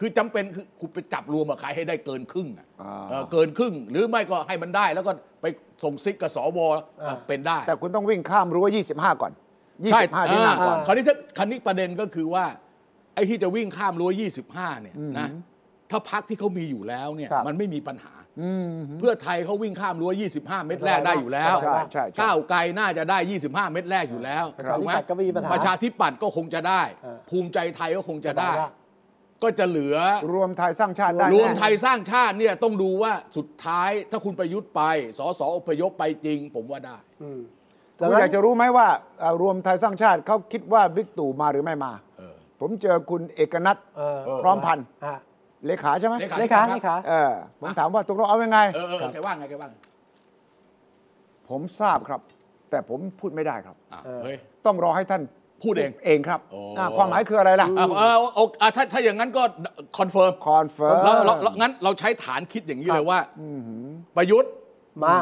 S2: คือจำเป็นคือคุณไปจับรวมกับใครให้ได้เกินครึ่งอะ
S3: อ่า
S2: เออเกินครึ่ง หรือไม่ก็ให้มันได้แล้วก็ไปส่งซิกกับสว
S1: อ่า
S2: เป็นได้
S3: แต่คุณต้องวิ่งข้ามรั้ว25 ก่อน
S2: ใช่
S3: 25 ที่นั่งก่อน
S2: คราวนี้ถ้าคราวนี้ประเด็นก็คือว่า ไอ้ที่จะวิ่งข้ามรั้ว 25 เนี่ยนะถ้าพักที่เขามีอยู่แล้วเนี่ย
S1: ครับ
S2: มันไม่มีปัญหา เพื่อไทยเขาวิ่งข้ามรั้ว 25 เม็ดแรกได้อยู่แล้ว
S3: ใช่ใช่ใช่
S2: ก้าวไกลน่าจะได้ 25 เม็ดแรกอยู่แล้ว
S1: ประชาธิ
S2: ถูกไห
S1: ปัตย์ก็ไม่มีปัญหา
S2: ประชาธิปัตย์ก็คงจะได้
S1: อ่า
S2: ภูมิใจไทยก็คงจะได้ ก็จะเหลือ
S3: รวมไทยสร้างชาติได้
S2: รวม
S3: แน่
S2: ไทยสร้างชาติเนี่ยต้องดูว่าสุดท้ายถ้าคุณประยุทธ์ไปสสอพยพไปจริง ผมว่าได้
S1: อืม
S3: ผมอยากจะรู้ไหมว่าเอ่อรวมไทยสร้างชาติเขาคิดว่าบิ๊กตู่มาหรือไม่มา
S2: เออ
S3: ผมเจอคุณเอกนัท
S1: เอ
S3: พร้อมพันธุ์
S1: อ่ะ
S3: เลขาใช่ไหม
S2: เลขา
S1: เลขาเลขา
S3: เออผมถามว่าตกลงเอายังไง
S2: เออเออแกว่าไงแกว่าไง
S3: ผมทราบครับ แต่ผมพูดไม่ได้ครับ
S2: อ่ะ
S1: เออ
S2: เฮ้ย
S3: ต้องรอให้ท่าน
S2: พูดเอง
S3: เองครับ
S2: โอ้
S3: อ่าความหมายคืออะไรล่ะ
S2: อ่ะเออโอเคอ่ะถ้าถ้าอย่างนั้นก็คอนเฟิร์ม
S3: คอนเฟิร์
S2: แล้วแล้ว
S3: ม
S2: แล้วงั้นเราใช้ฐานคิดอย่างนี้เลยว่าประยุทธ์
S1: มา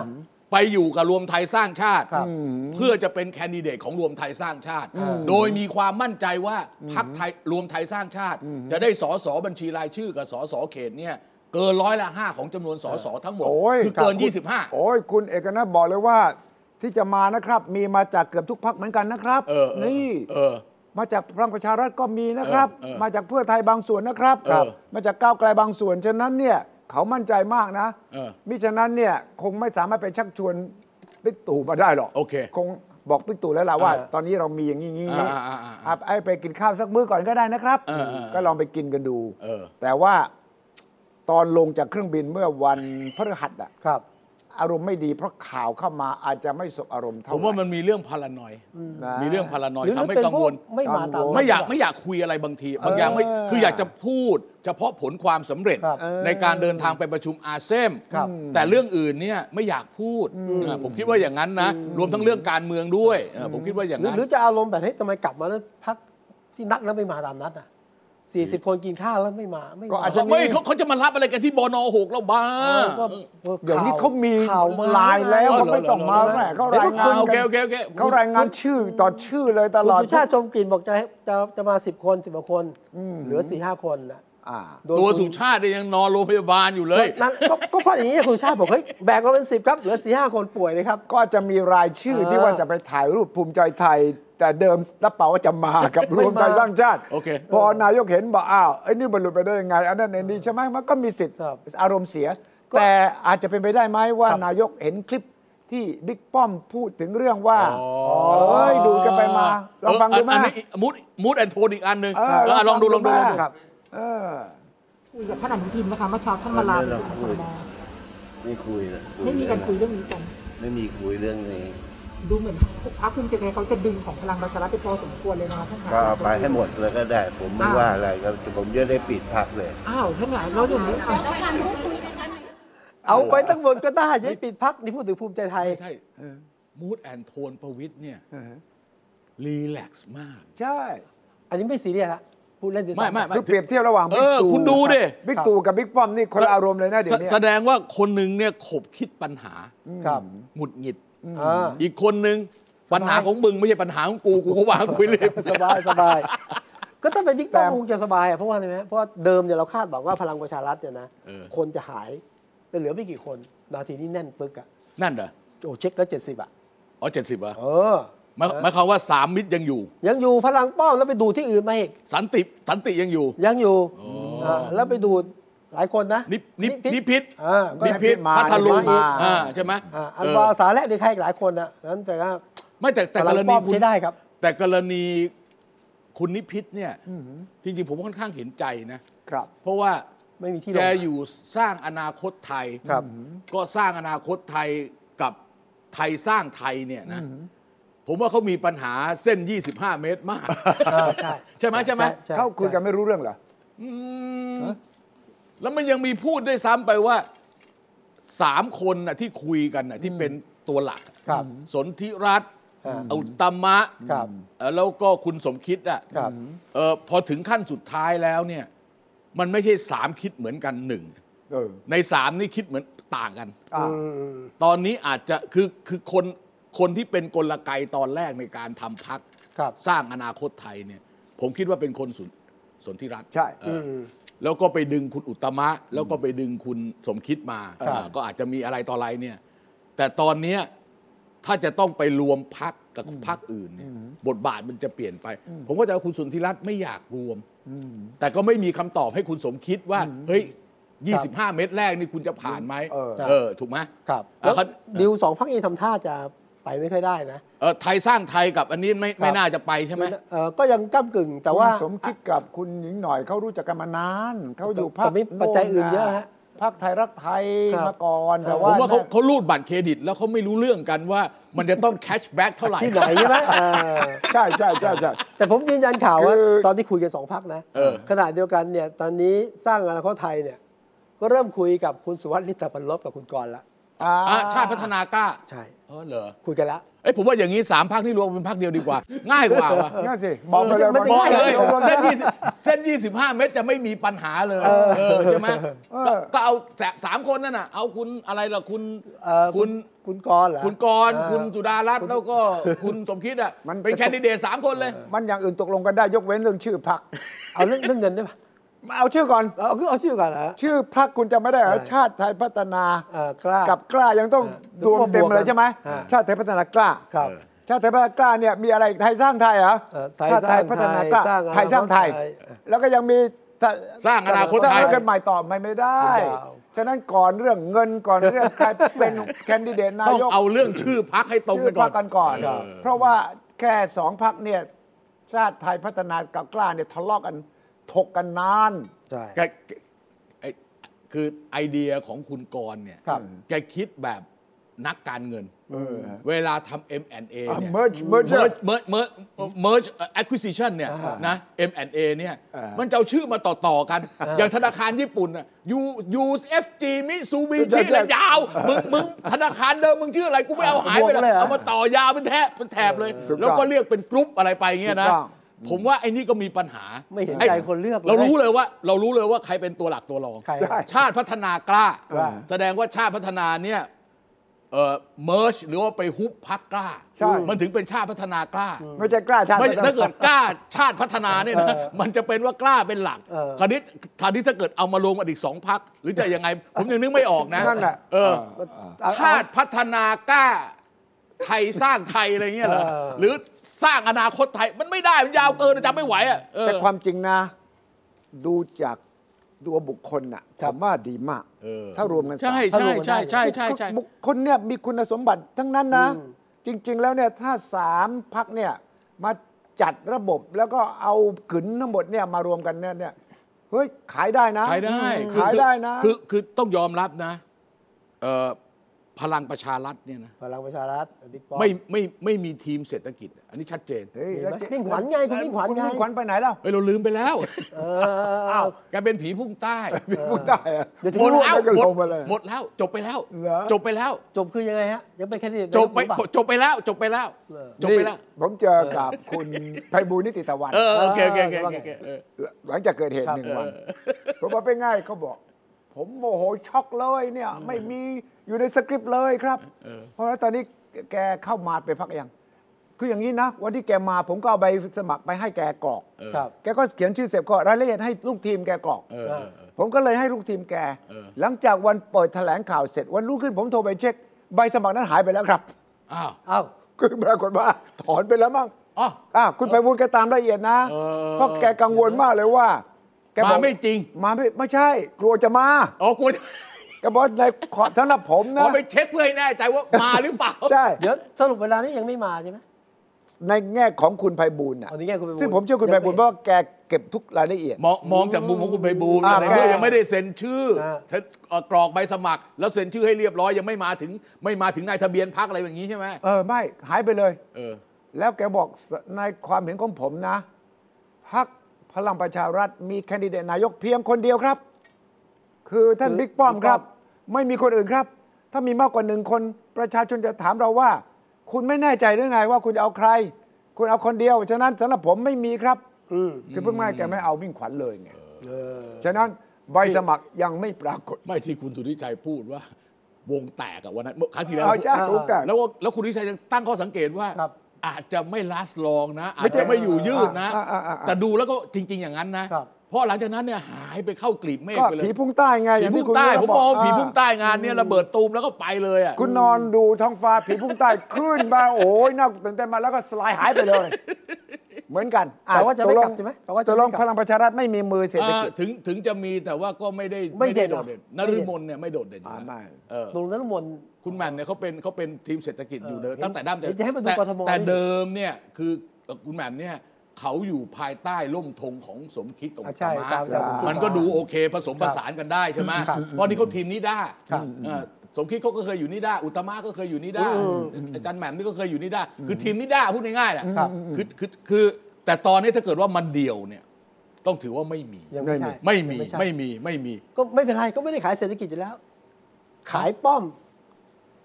S2: ไปอยู่กับรวมไทยสร้างชาติ
S1: ครับ
S2: เพื่อจะเป็นแคนดิเดตของรวมไทยสร้างชาติ โดยมีความมั่นใจว่าพักไทยรวมไทยสร้างชาติ จะได้สอสอบัญชีรายชื่อกับสอสอเขตเนี่ยเกินร้อยละห้าของจำนวนสอสอทั้งหมด
S3: โอ้ย
S2: คือเกิน
S3: รับคุณ
S2: 25
S3: โอ้ย คุณเอกนัทบอกเลยว่า ที่จะมานะครับ มีมาจากเกือบทุกพักเหมือนกันนะครับ
S2: เออเออ
S3: นี่
S2: เออ
S3: มาจากพลังประชารัฐก็มีนะครับ
S2: เออเออ
S3: มาจากเพื่อไทยบางส่วนนะครับ
S2: เออ
S3: ครับมาจากก้าวไกลบางส่วนฉะนั้นเนี่ยเขามั่นใจมากนะ
S2: เออ
S3: มิฉะนั้นเนี่ยคงไม่สามารถไปชักชวนบิ๊กตู่มาได้หรอก
S2: โอเค
S3: คงบอกบิ๊กตู่แล้วล่ะว่า
S1: เออ
S3: ตอนนี้เรามีอย่างนี้ๆ
S2: อ่าอ่าอ่าอ่า
S3: อ่ะไอ้ไปกินข้าวสักมื้อก่อนก็ได้นะครับ
S2: เออเออเออ
S3: ก็ลองไปกินกันดู
S2: เออ
S3: แต่ว่าตอนลงจากเครื่องบินเมื่อวันพฤหัสอะ
S1: ครับ
S3: อารมณ์ไม่ดีเพราะข่าวเข้ามาอาจจะไม่สบอารมณ์เท่า
S2: ผ
S3: ไหร่
S2: มว่ามันมีเรื่องพารานอย
S3: นะ
S2: มีเรื่องพารานอย
S1: หรือ
S2: ทำให้
S1: เป็น
S2: กัง
S1: พว
S2: ว
S1: ก
S2: ล
S1: ไม่มาตาม
S2: ไม่อยากไม่อยากคุยอะไรบางที บางอย่างไม่คืออยากจะพูด เฉพาะผลความสำเร็จ
S1: ครับ
S2: ในการเดินทางไปประชุมอาเซม
S1: ครับ
S2: แต่เรื่องอื่นเนี่ยไม่อยากพูดอ่าผมคิดว่าอย่างนั้นนะ รวมทั้งเรื่องการเมืองด้วยอ่าผมคิดว่าอย่าง
S1: หรือ
S2: นั้น
S1: หรือจะอารมณ์แบบเฮ้ยทำไมกลับมาแล้วพักที่นัดแล้วไม่มาตามนัดอ่ะสี่สิบคนกินข้าวแล้วไม่มาไม่ม
S3: ก็อาจจะ
S2: ไม่เขาเขาจะมารับอะไรกันที่บนหกแล้วบ้า
S1: เออก็ก็
S3: เดี๋ยวนี้เขามี
S1: ข่าวม
S3: ไลายแล้ว
S2: เออ
S3: เขาไม่ต้องมา
S2: เหรอ
S3: แม่เขา
S1: ดี๋ยวพวก
S3: รายงา
S1: คุ
S3: น
S1: ณ
S2: โอเค
S3: กัน
S2: โอเคโอเค
S3: เขารายงานชื่อต่อชื่อเลยต
S1: คุณ
S3: ลอด
S1: สุชาติชมกลิ่นบอกจะให้จะจะมาสิบคนสิบกว่าคนเหลือสี่ห้าคนน่ะ
S3: อ่า
S1: โดน
S2: ตัว
S1: คุณ
S2: สุชาติเนี่ยยังนอนโรงพยาบาลอยู่เลย
S1: นั่นก็ก็เพราะอย่างนี้คุณสุชาติบอกเฮ้ยแบ่งมาเป็นสิบครับเหลือสี่ห้าคนป่วยเลยครับ
S3: ก็จะมีรายชื่อที่
S1: เออ
S3: ว่าจะไปถ่ายรูปภูมิใจไทย แต่เดิมรับเปล่าว่าจะมากับ รวมไทยสร้างชาติ
S2: โอเค
S3: พอนายกเห็นบอกอ้าวไอ้นี่บรรลุไปได้ยังไง อันนั้นไอ้นี่ใช่ไหมมันก็มีสิทธิ์
S1: ครับ
S3: อารมณ์เสีย แต่อาจจะเป็นไปได้ไหมว่า
S1: ครับ
S3: นายกเห็นคลิปที่บิ๊กป้อมพูดถึงเรื่องว่า
S2: อ๋อ
S3: เอ้ยดูกันไปมาลองฟังดู
S2: เอออัน
S3: มา
S2: นี้มูดมูดแอนโทนอีกอันหนึ่ง
S3: เออ
S2: เออลองดูลองดูลองดู
S3: ครับ เออ
S7: คุยกับท่านอนุทินนะคะเมื่อเช้าท่านมาลา
S4: ไม่ได้เราคุย ไม่คุยนะ
S7: ไม่มีการคุยเรื่องนี้กัน
S4: ไม่มีคุยเรื่องนี้
S7: ดูเหมือนพรรคภูมิใจไทยเขาจะดึงของพลังประชารัฐไปพอสมควรเลยนะคะท่านคะ
S4: ก็เอาไปให้หมดเลยก็ได้ ผมไม่ว่าอะไรก็ผมจะได้ปิดพักเลย
S7: อ้าวท่านหลายแล้วอย่างนี้อ่ะ
S1: เอาไปตั้งบนก็ได้อยัยปิดพักนี่พูดถึงภูมิใจไทย
S2: ไม่ใช่มูดแอนโทนประวิทย์เนี่ยรีแลกซ์มาก
S3: ใช่
S1: อันนี้ไม่ซีเรียสละพูดเล่นดี
S2: ไม่ไม่ไม่
S3: คือเปรียบเทียบระหว่างบิ๊ก
S2: เออ
S3: ตู่
S2: คุณดูดิ
S3: ครับบิ๊กตู่กับบิ๊กป้อมนี่คนละอารมณ์เลยนะเดี๋ยวนี้
S2: แสดงว่าคนหนึ่งเนี่ยขบคิดปัญหา
S1: ครับ
S2: หงุดหงิด
S1: อ่า
S2: อีกคนหนึ่งปัญหาของมึงไม่ใช่ปัญหาของกู กูก็วางคุยเลย
S1: สบายสบาย ก็ต้องเป็นบิ๊กป้อมคงจะสบายอ่ะเพราะว่าอะไรไหมเพราะว่าเดิมเนี่ยเราคาดหวังว่าพลังประชารัฐเนี่ยนะ
S2: เออ
S1: คนจะหาย แต่เหลือไม่กี่คน นาทีนี้แน่นปึกอะ
S2: นั่นเหรอ
S1: โอ้เช็คแล้วเจ็ดสิบอะ
S2: อ๋อเจ็ดสิบเหรอ
S1: เออ
S2: หมายหมายความว่าสามมิตรยังอยู่
S1: ยังอยู่พลังป้อมแล้วไปดูที่อื่นมาอีก
S2: สันติสันติยังอยู่
S1: ยังอยู่
S2: อ๋ออ่
S1: าแล้วไปดูหลายคนนะ
S2: นินินิ
S1: พิษ
S2: พิษ
S1: อ่าก็
S2: นิพิษ
S3: มา
S2: พัทลุง
S1: มาอีก
S2: อ่าใช่ไหม
S1: อ่าอัน
S2: เออ
S1: วาสาและในใครอีกหลายคนนะนั้นแต่ว่า
S2: ไม่แต่แต่
S1: พ
S2: ก
S1: ลัง
S2: ร
S1: ป้
S2: ณี
S1: อม
S2: คุณ
S1: ใช้ได้ครับ
S2: แต่กรณีคุณนิพิษเนี่ยจริงๆผมค่อนข้างเห็นใจนะ
S3: ครับ
S2: เพราะว่า
S1: ไม่มีที่ล
S2: แก
S1: ง
S2: อยู่สร้างอนาคตไทย
S1: ครับ
S2: ก็สร้างอนาคตไทยกับไทยสร้างไทยเนี่ยนะ ผมว่าเขามีปัญหาเส้น 25 เมตรมาก
S1: อ่าใช่
S2: ใช่ไหมใช่ไหม
S3: เขาคุยกันไม่รู้เรื่องเหรอ
S2: อืมแล้วมันยังมีพูดด้วยซ้ำไปว่าสามคนน่ะที่คุยกันน่ะที่เป็นตัวหลัก
S1: ครับ
S2: สนธิรัตน์
S1: อ่า
S2: อุตตมะ
S1: ครับ
S2: เอ่อแล้วก็คุณสมคิดอ่ะ
S1: ครับ
S2: เอ่อพอถึงขั้นสุดท้ายแล้วเนี่ย มันไม่ใช่สามคิดเหมือนกันหนึ่ง
S3: เออ
S2: ในสามนี่คิดเหมือนต่างกัน
S3: อ่ะ
S2: ตอนนี้อาจจะคือคือคนคนที่เป็นกลไกตอนแรกในการทำพัก
S1: ครับ
S2: สร้างอนาคตไทยเนี่ย ผมคิดว่าเป็นคนสุนสนธิรัตน์
S3: ใช่
S2: เอออ แล้วก็ไปดึงคุณอุตตมะ แล้วก็ไปดึงคุณสมคิดมา
S1: ครับ
S2: อ่าก็อาจจะมีอะไรต่ออะไรเนี่ย แต่ตอนเนี้ยถ้าจะต้องไปรวมพักกับพักอื่นเนี่ยบทบาทมันจะเปลี่ยนไป ผมก็จะคุณสุนทรรัตน์ไม่อยากรวม แต่ก็ไม่มีคำตอบให้คุณสมคิดว่า เฮ้ย 25 เม็ดแรกนี่คุณจะผ่านไหม
S3: เออ
S2: เออ ถูกไหม
S1: ครับ
S2: อ่า
S1: แล้ว
S2: ครับ
S1: ดิวสองพักนี้ทำท่าจะไปไม่ค่อยได้นะ
S2: เออไทยสร้างไทยกับอันนี้ไม่
S1: ครับ
S2: ไม่น่าจะไปใช่ไหม
S1: เอ่อก็ยังก้ากึ่งแต่
S3: แต่
S1: ว่า
S3: ว่าสมคิดกับคุณหญิงหน่อยเขารู้จักกันมานานเขาอยู่
S1: แต่
S3: พรรค
S1: แต่มีปัจจัยอื่นเยอะฮะ
S3: พรรคไทยรักไทย
S1: ครับ
S3: มาก่อนแต่
S2: ผ
S3: ว่า
S2: มว่าเขาเขารูดบัตรเครดิต แล้วเขาไม่รู้เรื่องกันว่ามันจะต้องแคชแบ็กเท่าไหร่
S1: ที่ไหนใช่ไหมเออ
S3: ใช่ใช่ใช่ใช่
S1: แต่ผมยืนยันข่าวว่า
S3: คือ
S1: ตอนที่คุยกันสองพักนะ
S2: เออ
S1: ขณะเดียวกันเนี่ยตอนนี้สร้างอนาคตไทยเนี่ย ก็เริ่มคุยกับคุณสุวัสดิ์ลิตพันลบกับคุณกรณ์ละ
S3: อ่า
S2: อ่ะชาติพัฒนากล้า
S1: ใช่
S2: เออเหรอ
S1: คุยกันละ
S2: เอ้ยผมว่าอย่างนี้สามพักนี่รวมเป็นพักเดียวดีกว่า ง่ายกว่าว่ะ
S3: น่าสิบอกไปเลย
S1: มัน
S2: บอกเลย
S1: มัน
S2: เส้นยี่เส้นยี่สิบห้าเมตรจะไม่มีปัญหาเลย เออใช่ไหมก็ก็เอาแต่สามคนนั่นน่ะ เอาคุณอะไรล่ะคุณ
S1: เอ่อ
S2: คุณ
S1: คุณกรณ์เหรอ
S2: คุณกรณ์
S1: อ่า
S2: คุณจุดารัตน์แล้วก็คุณสมคิดอ่ะ
S3: มัน
S2: เป็นแคนดิเดตสามคนเลย
S3: มันอย่างอื่นตกลงกันได้ยกเว้นเรื่องชื่อพรรค
S1: เอาเรื่องเรื่องเงินได้ปะ
S3: มาเอาชื่อก่อน
S1: เอาเอาชื่อก่อนนะ
S3: ชื่อพรรคคุณจะไม่ได้เหรอ
S1: ใช่
S3: ชาติไทยพัฒนา
S1: เอ่อกล้า
S3: กับกล้ายังต้อง
S1: เออ
S3: ดวงเต็มเลยใช่ไหม
S1: อ่า
S3: ชาติไทยพัฒนากล้า
S1: ครับ
S3: ชาติไทยพัฒนากล้าเนี่ยมีอะไรอีกไทยสร้างไทยเหรอ
S1: เออไทย
S3: ชาติไทยพัฒนากล้า
S1: สร้างไทย
S3: ไทยสร้างไท
S1: ส
S3: ย
S1: ร้างไทย
S3: แล้วก็ยังมีถ้
S2: สร้างอนาคต
S3: สร้าง
S2: ไทย
S3: แล้วกันใหม่ต่อไม่ไม่ได้
S1: ไม่ได้
S3: ฉะนั้นก่อนเรื่องเงินก่อนเรื่องใครเป็นแคนดิเดตนา
S2: ต้อง
S3: ยก
S2: เอาเรื่องชื่อพักให้ตรง
S3: ชื่
S2: กั
S3: อน
S2: ก่อ
S3: พรรคกัน นก่อน
S2: เออ
S3: เพราะว่าแค่สองพรรคเนี่ยชาติไทยพัฒนากับกล้าเนี่ยทะเลาะกันถกกันนาน
S1: ใช่
S2: แกแกไอ้คือไอเดียของคุณกรณ์เนี่ย
S3: ครับ
S2: แกคิดแบบนักการเงิน เวลาทำ M&A เนี่ย
S3: merge merger
S2: merge merge merge merge acquisition เนี่ยนะ M&A เนี่ยมันจะเอาชื่อมาต่อต่อๆกัน อย่างธนาคารญี่ปุ่นน่ะ U UFG Mitsubishi
S3: ใช่
S2: และยาว มึงมึงธนาคารเดิมมึงชื่ออะไรกูไม่เอาหายไป
S1: บวกเลยเหรอ
S2: เอามาต่อยาวเป็นแทบเป็นแถบเลย
S3: ถูกต้อง
S2: แล้วก็เรียกเป็นกรุ๊ปอะไรไปเงี้ยนะ
S3: ถูกต้อง
S2: ผมว่าไอ้นี่ก็มีปัญหา
S1: ไม่เห็น
S2: อ้
S1: ใจคนเลือก
S2: เรารู้
S1: เลย
S2: เลยว่าเรารู้เลยว่าใครเป็นตัวหลักตัวรอง
S1: ใคร
S2: ชาติพัฒนากล้า
S3: กล้า
S2: แสดงว่าชาติพัฒนาเนี่ยเอ่อมิร์ชหรือว่าไปฮุบพักกล้า
S3: ใช่
S2: มันถึงเป็นชาติพัฒนากล้า
S3: ไม่ใช่กล้าชาติ
S2: ไม่
S3: พัฒน
S2: ถ้าเกิดกล้าชาติพัฒนาเนี่ยนะมันจะเป็นว่ากล้าเป็นหลัก
S1: เออ
S2: คราวนี้คราวนี้ถ้าเกิดเอามารวมกันอีกสองพัก หรือจะยังไง ผมยังนึกไม่ออกนะ
S3: นั่นแหละ
S2: เออ
S3: เออ
S2: ชาติพัฒนากล้า ไทยสร้างไทยอะไรเงี้ยเหรอ
S1: เออ
S2: หรือสร้างอนาคตไทยมันไม่ได้มันยาวเกินจำไม่ไหวอ่ะเออ
S3: แต่ความจริงนะ ดูจากตัวบุคคลน่ะผมว่าดีมาก
S2: เออ
S3: ถ้ารวมกันสาม
S2: ใช่
S3: ถ้า
S2: ใช่
S3: รวมกัน
S2: ใช่ใช่
S3: ได้
S2: ใช่ใช่
S3: บุคคลเนี่ยมีคุณสมบัติทั้งนั้นนะ จริง ๆ แล้วเนี่ยถ้าสามพักเนี่ยมาจัดระบบแล้วก็เอาขืนทั้งหมดเนี่ยมารวมกันเนี่ยเนี่ยเฮ้ย ขายได้นะ
S2: ขายได้
S3: อืม
S2: คือ
S3: ขายได้นะ
S2: คือคือคือต้องยอมรับนะเอ่อพลังประชารัฐเนี่ยนะ
S1: พลังประชารัฐบิ๊กป้อม
S2: ไม่ไม่ไม่มีทีมเศรษฐกิจ อันนี้ชัดเจน
S3: เฮ้ย
S1: เห็นไหม
S3: แล้วจะ
S1: มิ่งขวัญไงคุณมิ่งขวัญ
S3: คุณ
S1: ไง
S3: มิ่งขวัญไปไหนแล้ว
S2: เฮ้ยเราลืมไปแล้ว
S1: เอออ้าว
S2: แกเป็นผีพุ่งใต้
S3: <laughs> พูดได้อะ
S1: เดี๋ยวถึง
S2: หมดแล้วหมด
S3: พูก็ลงมาเลย
S2: หมดแล้ว จบไปแล้ว
S3: เหรอ
S2: จบไปแล้ว
S1: จบคือยังไงฮะ ยังเป็นแค่นี้
S2: จบไปจบไปแล้ว จบไปแล้ว จบไปแล้ว
S3: นี่ผมเจอกับคุณไพบูลย์นิติตะวัน
S2: เออโอเคโอเคโอเคโอเคโอเคเออ
S3: หลังจากเกิดเหตุหนึ่งวันผมว่าไปง่ายเขาบอก ผมโมโหช็อกเลยเนี่ย ไม่มีอยู่ในสคริปต์เลยครับ เพราะฉะนั้นตอนนี้แกเข้ามาเป็นพักยัง คืออย่างนี้นะ วันที่แกมาผมก็เอาใบสมัครไปให้แกกรอก
S2: เออ
S1: ครับ
S3: แกก็เขียนชื่อเสียบก็รายละเอียดให้ลูกทีมแกกรอก
S2: เออเออเออ
S3: ผมก็เลยให้ลูกทีมแก
S2: เออ
S3: หลังจากวันเปิดแถลงข่าวเสร็จ วันรุ่งขึ้นผมโทรไปเช็ค ใบสมัครนั้นหายไปแล้วครับ
S2: อ้าว
S1: เอ้า
S3: คือปรากฏว่าถอนไปแล้วมั้ง
S2: อ๋อ
S3: อ่ะคุณไปบูลย์แกตามรายละเอียดนะ
S2: เออ
S3: เพราะแกกังวลมากเลยว่า แกบอก
S2: มาไม่จริง
S3: มาไม่ไม่ใช่กลัวจะมา
S2: อ๋อกลัว
S3: แกบอกในขอสำหรับผม
S2: ข
S3: นะ
S2: อไปเช็คเพื่อให้แน่ใจว่ามาหรือเปล่า
S3: ใช่
S1: เดี๋ยวสรุปเวลานี้ยังไม่มาใช่ไหม
S3: ในแง่ของคุณไพบูลย์น่ะ
S1: อ๋อในแง่คุณไพบูลย์
S3: ซึ่งผมเชื่อคุณไพบูลย์เพราะว่าแกเก็บทุกรายละเอียด
S2: มองมองจากมุมของคุณไพบูลย์
S3: อ่า
S2: ในเมื่อ
S3: แก
S2: ยังไม่ได้เซ็นชื่อ
S1: ฮะ
S2: เธอเอ่อกรอกใบสมัคร แล้วเซ็นชื่อให้เรียบร้อยยังไม่มาถึงไม่มาถึงนายทะเบียนพักอะไรอย่างนี้ใช่ไหม
S3: เออไม่หายไปเลย
S2: เออ
S3: แล้วแกบอกในความเห็นของผมนะพักพลังประชารัฐมีแคนดิเดตนายกเพียงคนเดียวครับ คือท่าน
S1: คือ
S3: บิ๊กป้อม
S1: บิ๊กป้อม
S3: ครับ ไม่มีคนอื่นครับ ถ้ามีมากกว่าหนึ่งคนประชาชนจะถามเราว่า คุณไม่แน่ใจหรือไงว่าคุณจะเอาใคร คุณเอาคนเดียว ฉะนั้นสำหรับผมไม่มีครับ
S1: อืม
S3: คือเพิ่งมาแกไม่เอาวิ่งขวัญเลยไง
S1: เออ
S3: ฉะนั้นใบสมัครยังไม่ปรากฏ
S2: ไม่ที่คุณสุทธิชัยพูดว่า วงแตกอะวันนั้นเมื่อครั้งที่แล้ว
S3: เอาใช่ถูกแต่
S2: แล้วก็แล้วคุณสุทธิชัยยังตั้งข้อสังเกตว่า
S1: ครับ
S2: อาจจะไม่ลาสลองนะ อา
S3: ไม่
S2: จ
S3: ใช่
S2: จะไม่อยู่ยืดนะ
S3: อ่าอ่าอ่าอ่า
S2: แต่ดูแล้วก็จริง ๆ อย่างนั้นนะ
S1: ครับ
S2: เพราะหลังจากนั้นเนี่ยหายไปเข้ากลีบเมฆ
S3: ก็
S2: ไปเลย
S3: ผีพุ่งใต้ไงอ
S2: ผี
S3: ย่าง
S2: พุ่
S3: ที่
S2: ง
S3: คุณ
S2: ใต้ผ
S3: วิระ
S2: ม
S3: บ
S2: ม
S3: ก
S2: องผี
S3: อ่า
S2: พุ่งใต้งานเนี่ยระเบิดตูมแล้วก็ไปเลยอะ
S3: คุณนอนดูท้องฟ้าผีพุ่งใต้คลื่นมาโอ้ยน่าตื่นเต้นมาแล้วก็สลายหายไปเลย เหมือนกันอ่
S1: แต่ว่าจะไม่กลับ
S3: ต
S1: ใช่ไหมแต่ว่าจะ
S3: ตกลง
S1: ไม่กลับ
S3: พลังประชารัฐไม่มีมือเศรษฐกิจ
S2: อ่าถึงถึงจะมีแต่ว่าก็ไม่ได้
S1: ไม่เด่นห
S2: โด
S1: รอ
S2: ดเด่นน
S1: ไม่เด่
S2: ฤ
S1: น
S2: มลเนี่ยไม่โดดเด่นอยู่
S3: อ่าไม่
S2: นะเออ
S1: ตรงนั้นมน
S2: คุณแหม่มเนี่ยเขาเป็นเขาเป็นทีมเศรษฐกิจอยู่เดิม
S1: เออ
S2: ตั้งแต่ด้าม
S1: เดี๋ยวจะให้มาดู
S2: แต่
S1: กทม
S2: แต่
S1: ด้วย
S2: เดิมเนี่ยคือเอ่อคุณแหม่มเนี่ยเขาอยู่ภายใต้ร่มธงของสมคิดของ
S1: อ่ะใช่ตาม
S3: ใช่
S1: จากสคิ
S2: มันก็ดูโอเคผสมผสานกันได้ใช่ไหม
S1: ครับ
S2: เพราะนี่เขาทีมนิด้า
S1: ครับ
S2: เออสมคิดเขาก็เคยอยู่นิด้าอุตตมะก็เคยอยู่นิด้าอาจารย์แหม่มนี่ก็เคยอยู่นิด้าคือทีมนิด้าพูดง่ายๆแหละ
S1: ครับ
S2: คือคือคือแต่ตอนนี้ถ้าเกิดว่ามันเดี่ยวเนี่ยต้องถือว่าไม่มี
S1: ยังไม่ใช่
S2: ไม่มี
S1: ยังใช่
S2: ไม่มีไม่มี
S1: ก็ไม่เป็นไรก็ไม่ได้ขายเศรษฐกิจอยู่แล้ว ขายป้อม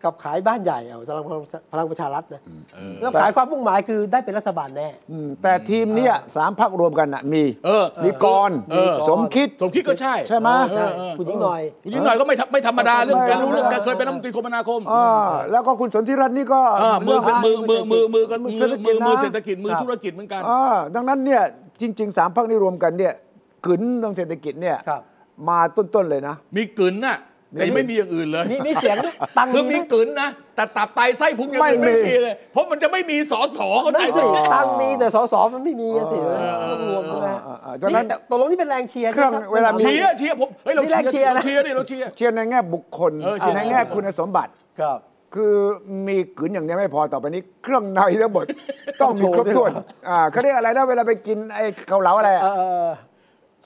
S1: กับขายบ้านใหญ่เอาพลังพลังประชารัฐนะ
S2: เออ
S1: แล้วขายความมุ่งหมายคือได้เป็นรัฐบาลแน่
S3: อืมแต่ทีมเนี้ยสามพักรวมกันน่ะมี
S2: เออ
S3: มีกร
S2: เออ
S3: สมคิด
S2: สมคิดก็ใช่
S3: ใช่ไหม
S2: เอ
S1: ใช่
S2: อเออ
S1: คุณยิ่งหน่อย
S2: คุณยิ่งหน่อยก็ไม่ธรรมไม่ธรรมดาเรื่องการรู้เรื่อง
S3: ไม่ธร
S2: การ
S3: รมดา
S2: เคยเป็นรัฐมนตรีคมนาคม
S3: อ่าแล้วก็คุณสนธิรัตน์นี่ก็
S2: เออมือ
S3: เรื่ง
S2: มือมือมือมือก็มือ
S3: เศรษฐกิ
S2: มือ
S3: จนะ
S2: มือเศรษฐกิจมือ
S1: ครับ
S2: ธุรกิจเหมือนกัน
S3: อ่าดังนั้นเนี่ยจริงๆสามพักนี้รวมกันเนี่ยกึนเรื่องเศรษฐกิจเนี่ย
S1: ครับ
S3: มาต้นๆเลยนะ
S2: มีกลืนน่ะแต่ยังไม่มีอย่างอื่นเลย
S1: มีมีเสียงด้วยตังค์
S2: คือ
S1: มี
S2: มี
S1: ไหม
S2: กลืนนะแต่ตับไตไส้พุงยัง
S3: ไม่
S2: อื่นไม่
S3: มี
S2: มีเลย เพราะมันจะไม่มีสอสอเขา
S1: นั่
S2: ใจ
S1: น
S2: สิ
S1: สิตังค์มีแต่สสมันไม่มีอะสิต้องรวมใช่ไหม
S3: เออเออเออเออจากนั้
S1: นี่
S3: น
S1: แต่ตกลงนี่เป็นแรงเชียร์
S3: เครื่อง
S1: ใช่ไหม
S3: เวลามี
S2: เชียร์เชียร์ผมเฮ้ยเรา
S1: นี่แรกเชียร์นะ
S2: เชียร์ดิเราเชียร์
S3: เชียร์ในแง่บุคคล
S2: เออเชียร์
S3: ใน
S2: ในแง่
S3: แง่
S2: บุคคล
S3: คุณสมบัติ
S1: ครับ
S3: คือมีกลืนอย่างเดียวไม่พอต่อไปนี้ เครื่องในทั้
S2: <laughs>
S3: งหมด ต้องมีครบถ้ว
S1: ต้องโชว์ด้วย
S3: น
S1: เหรอ
S3: อ่าเขาเรียกอะไรนะเวลาไปกินไอ้เกาเหลาอะไรอะ
S1: เออเออ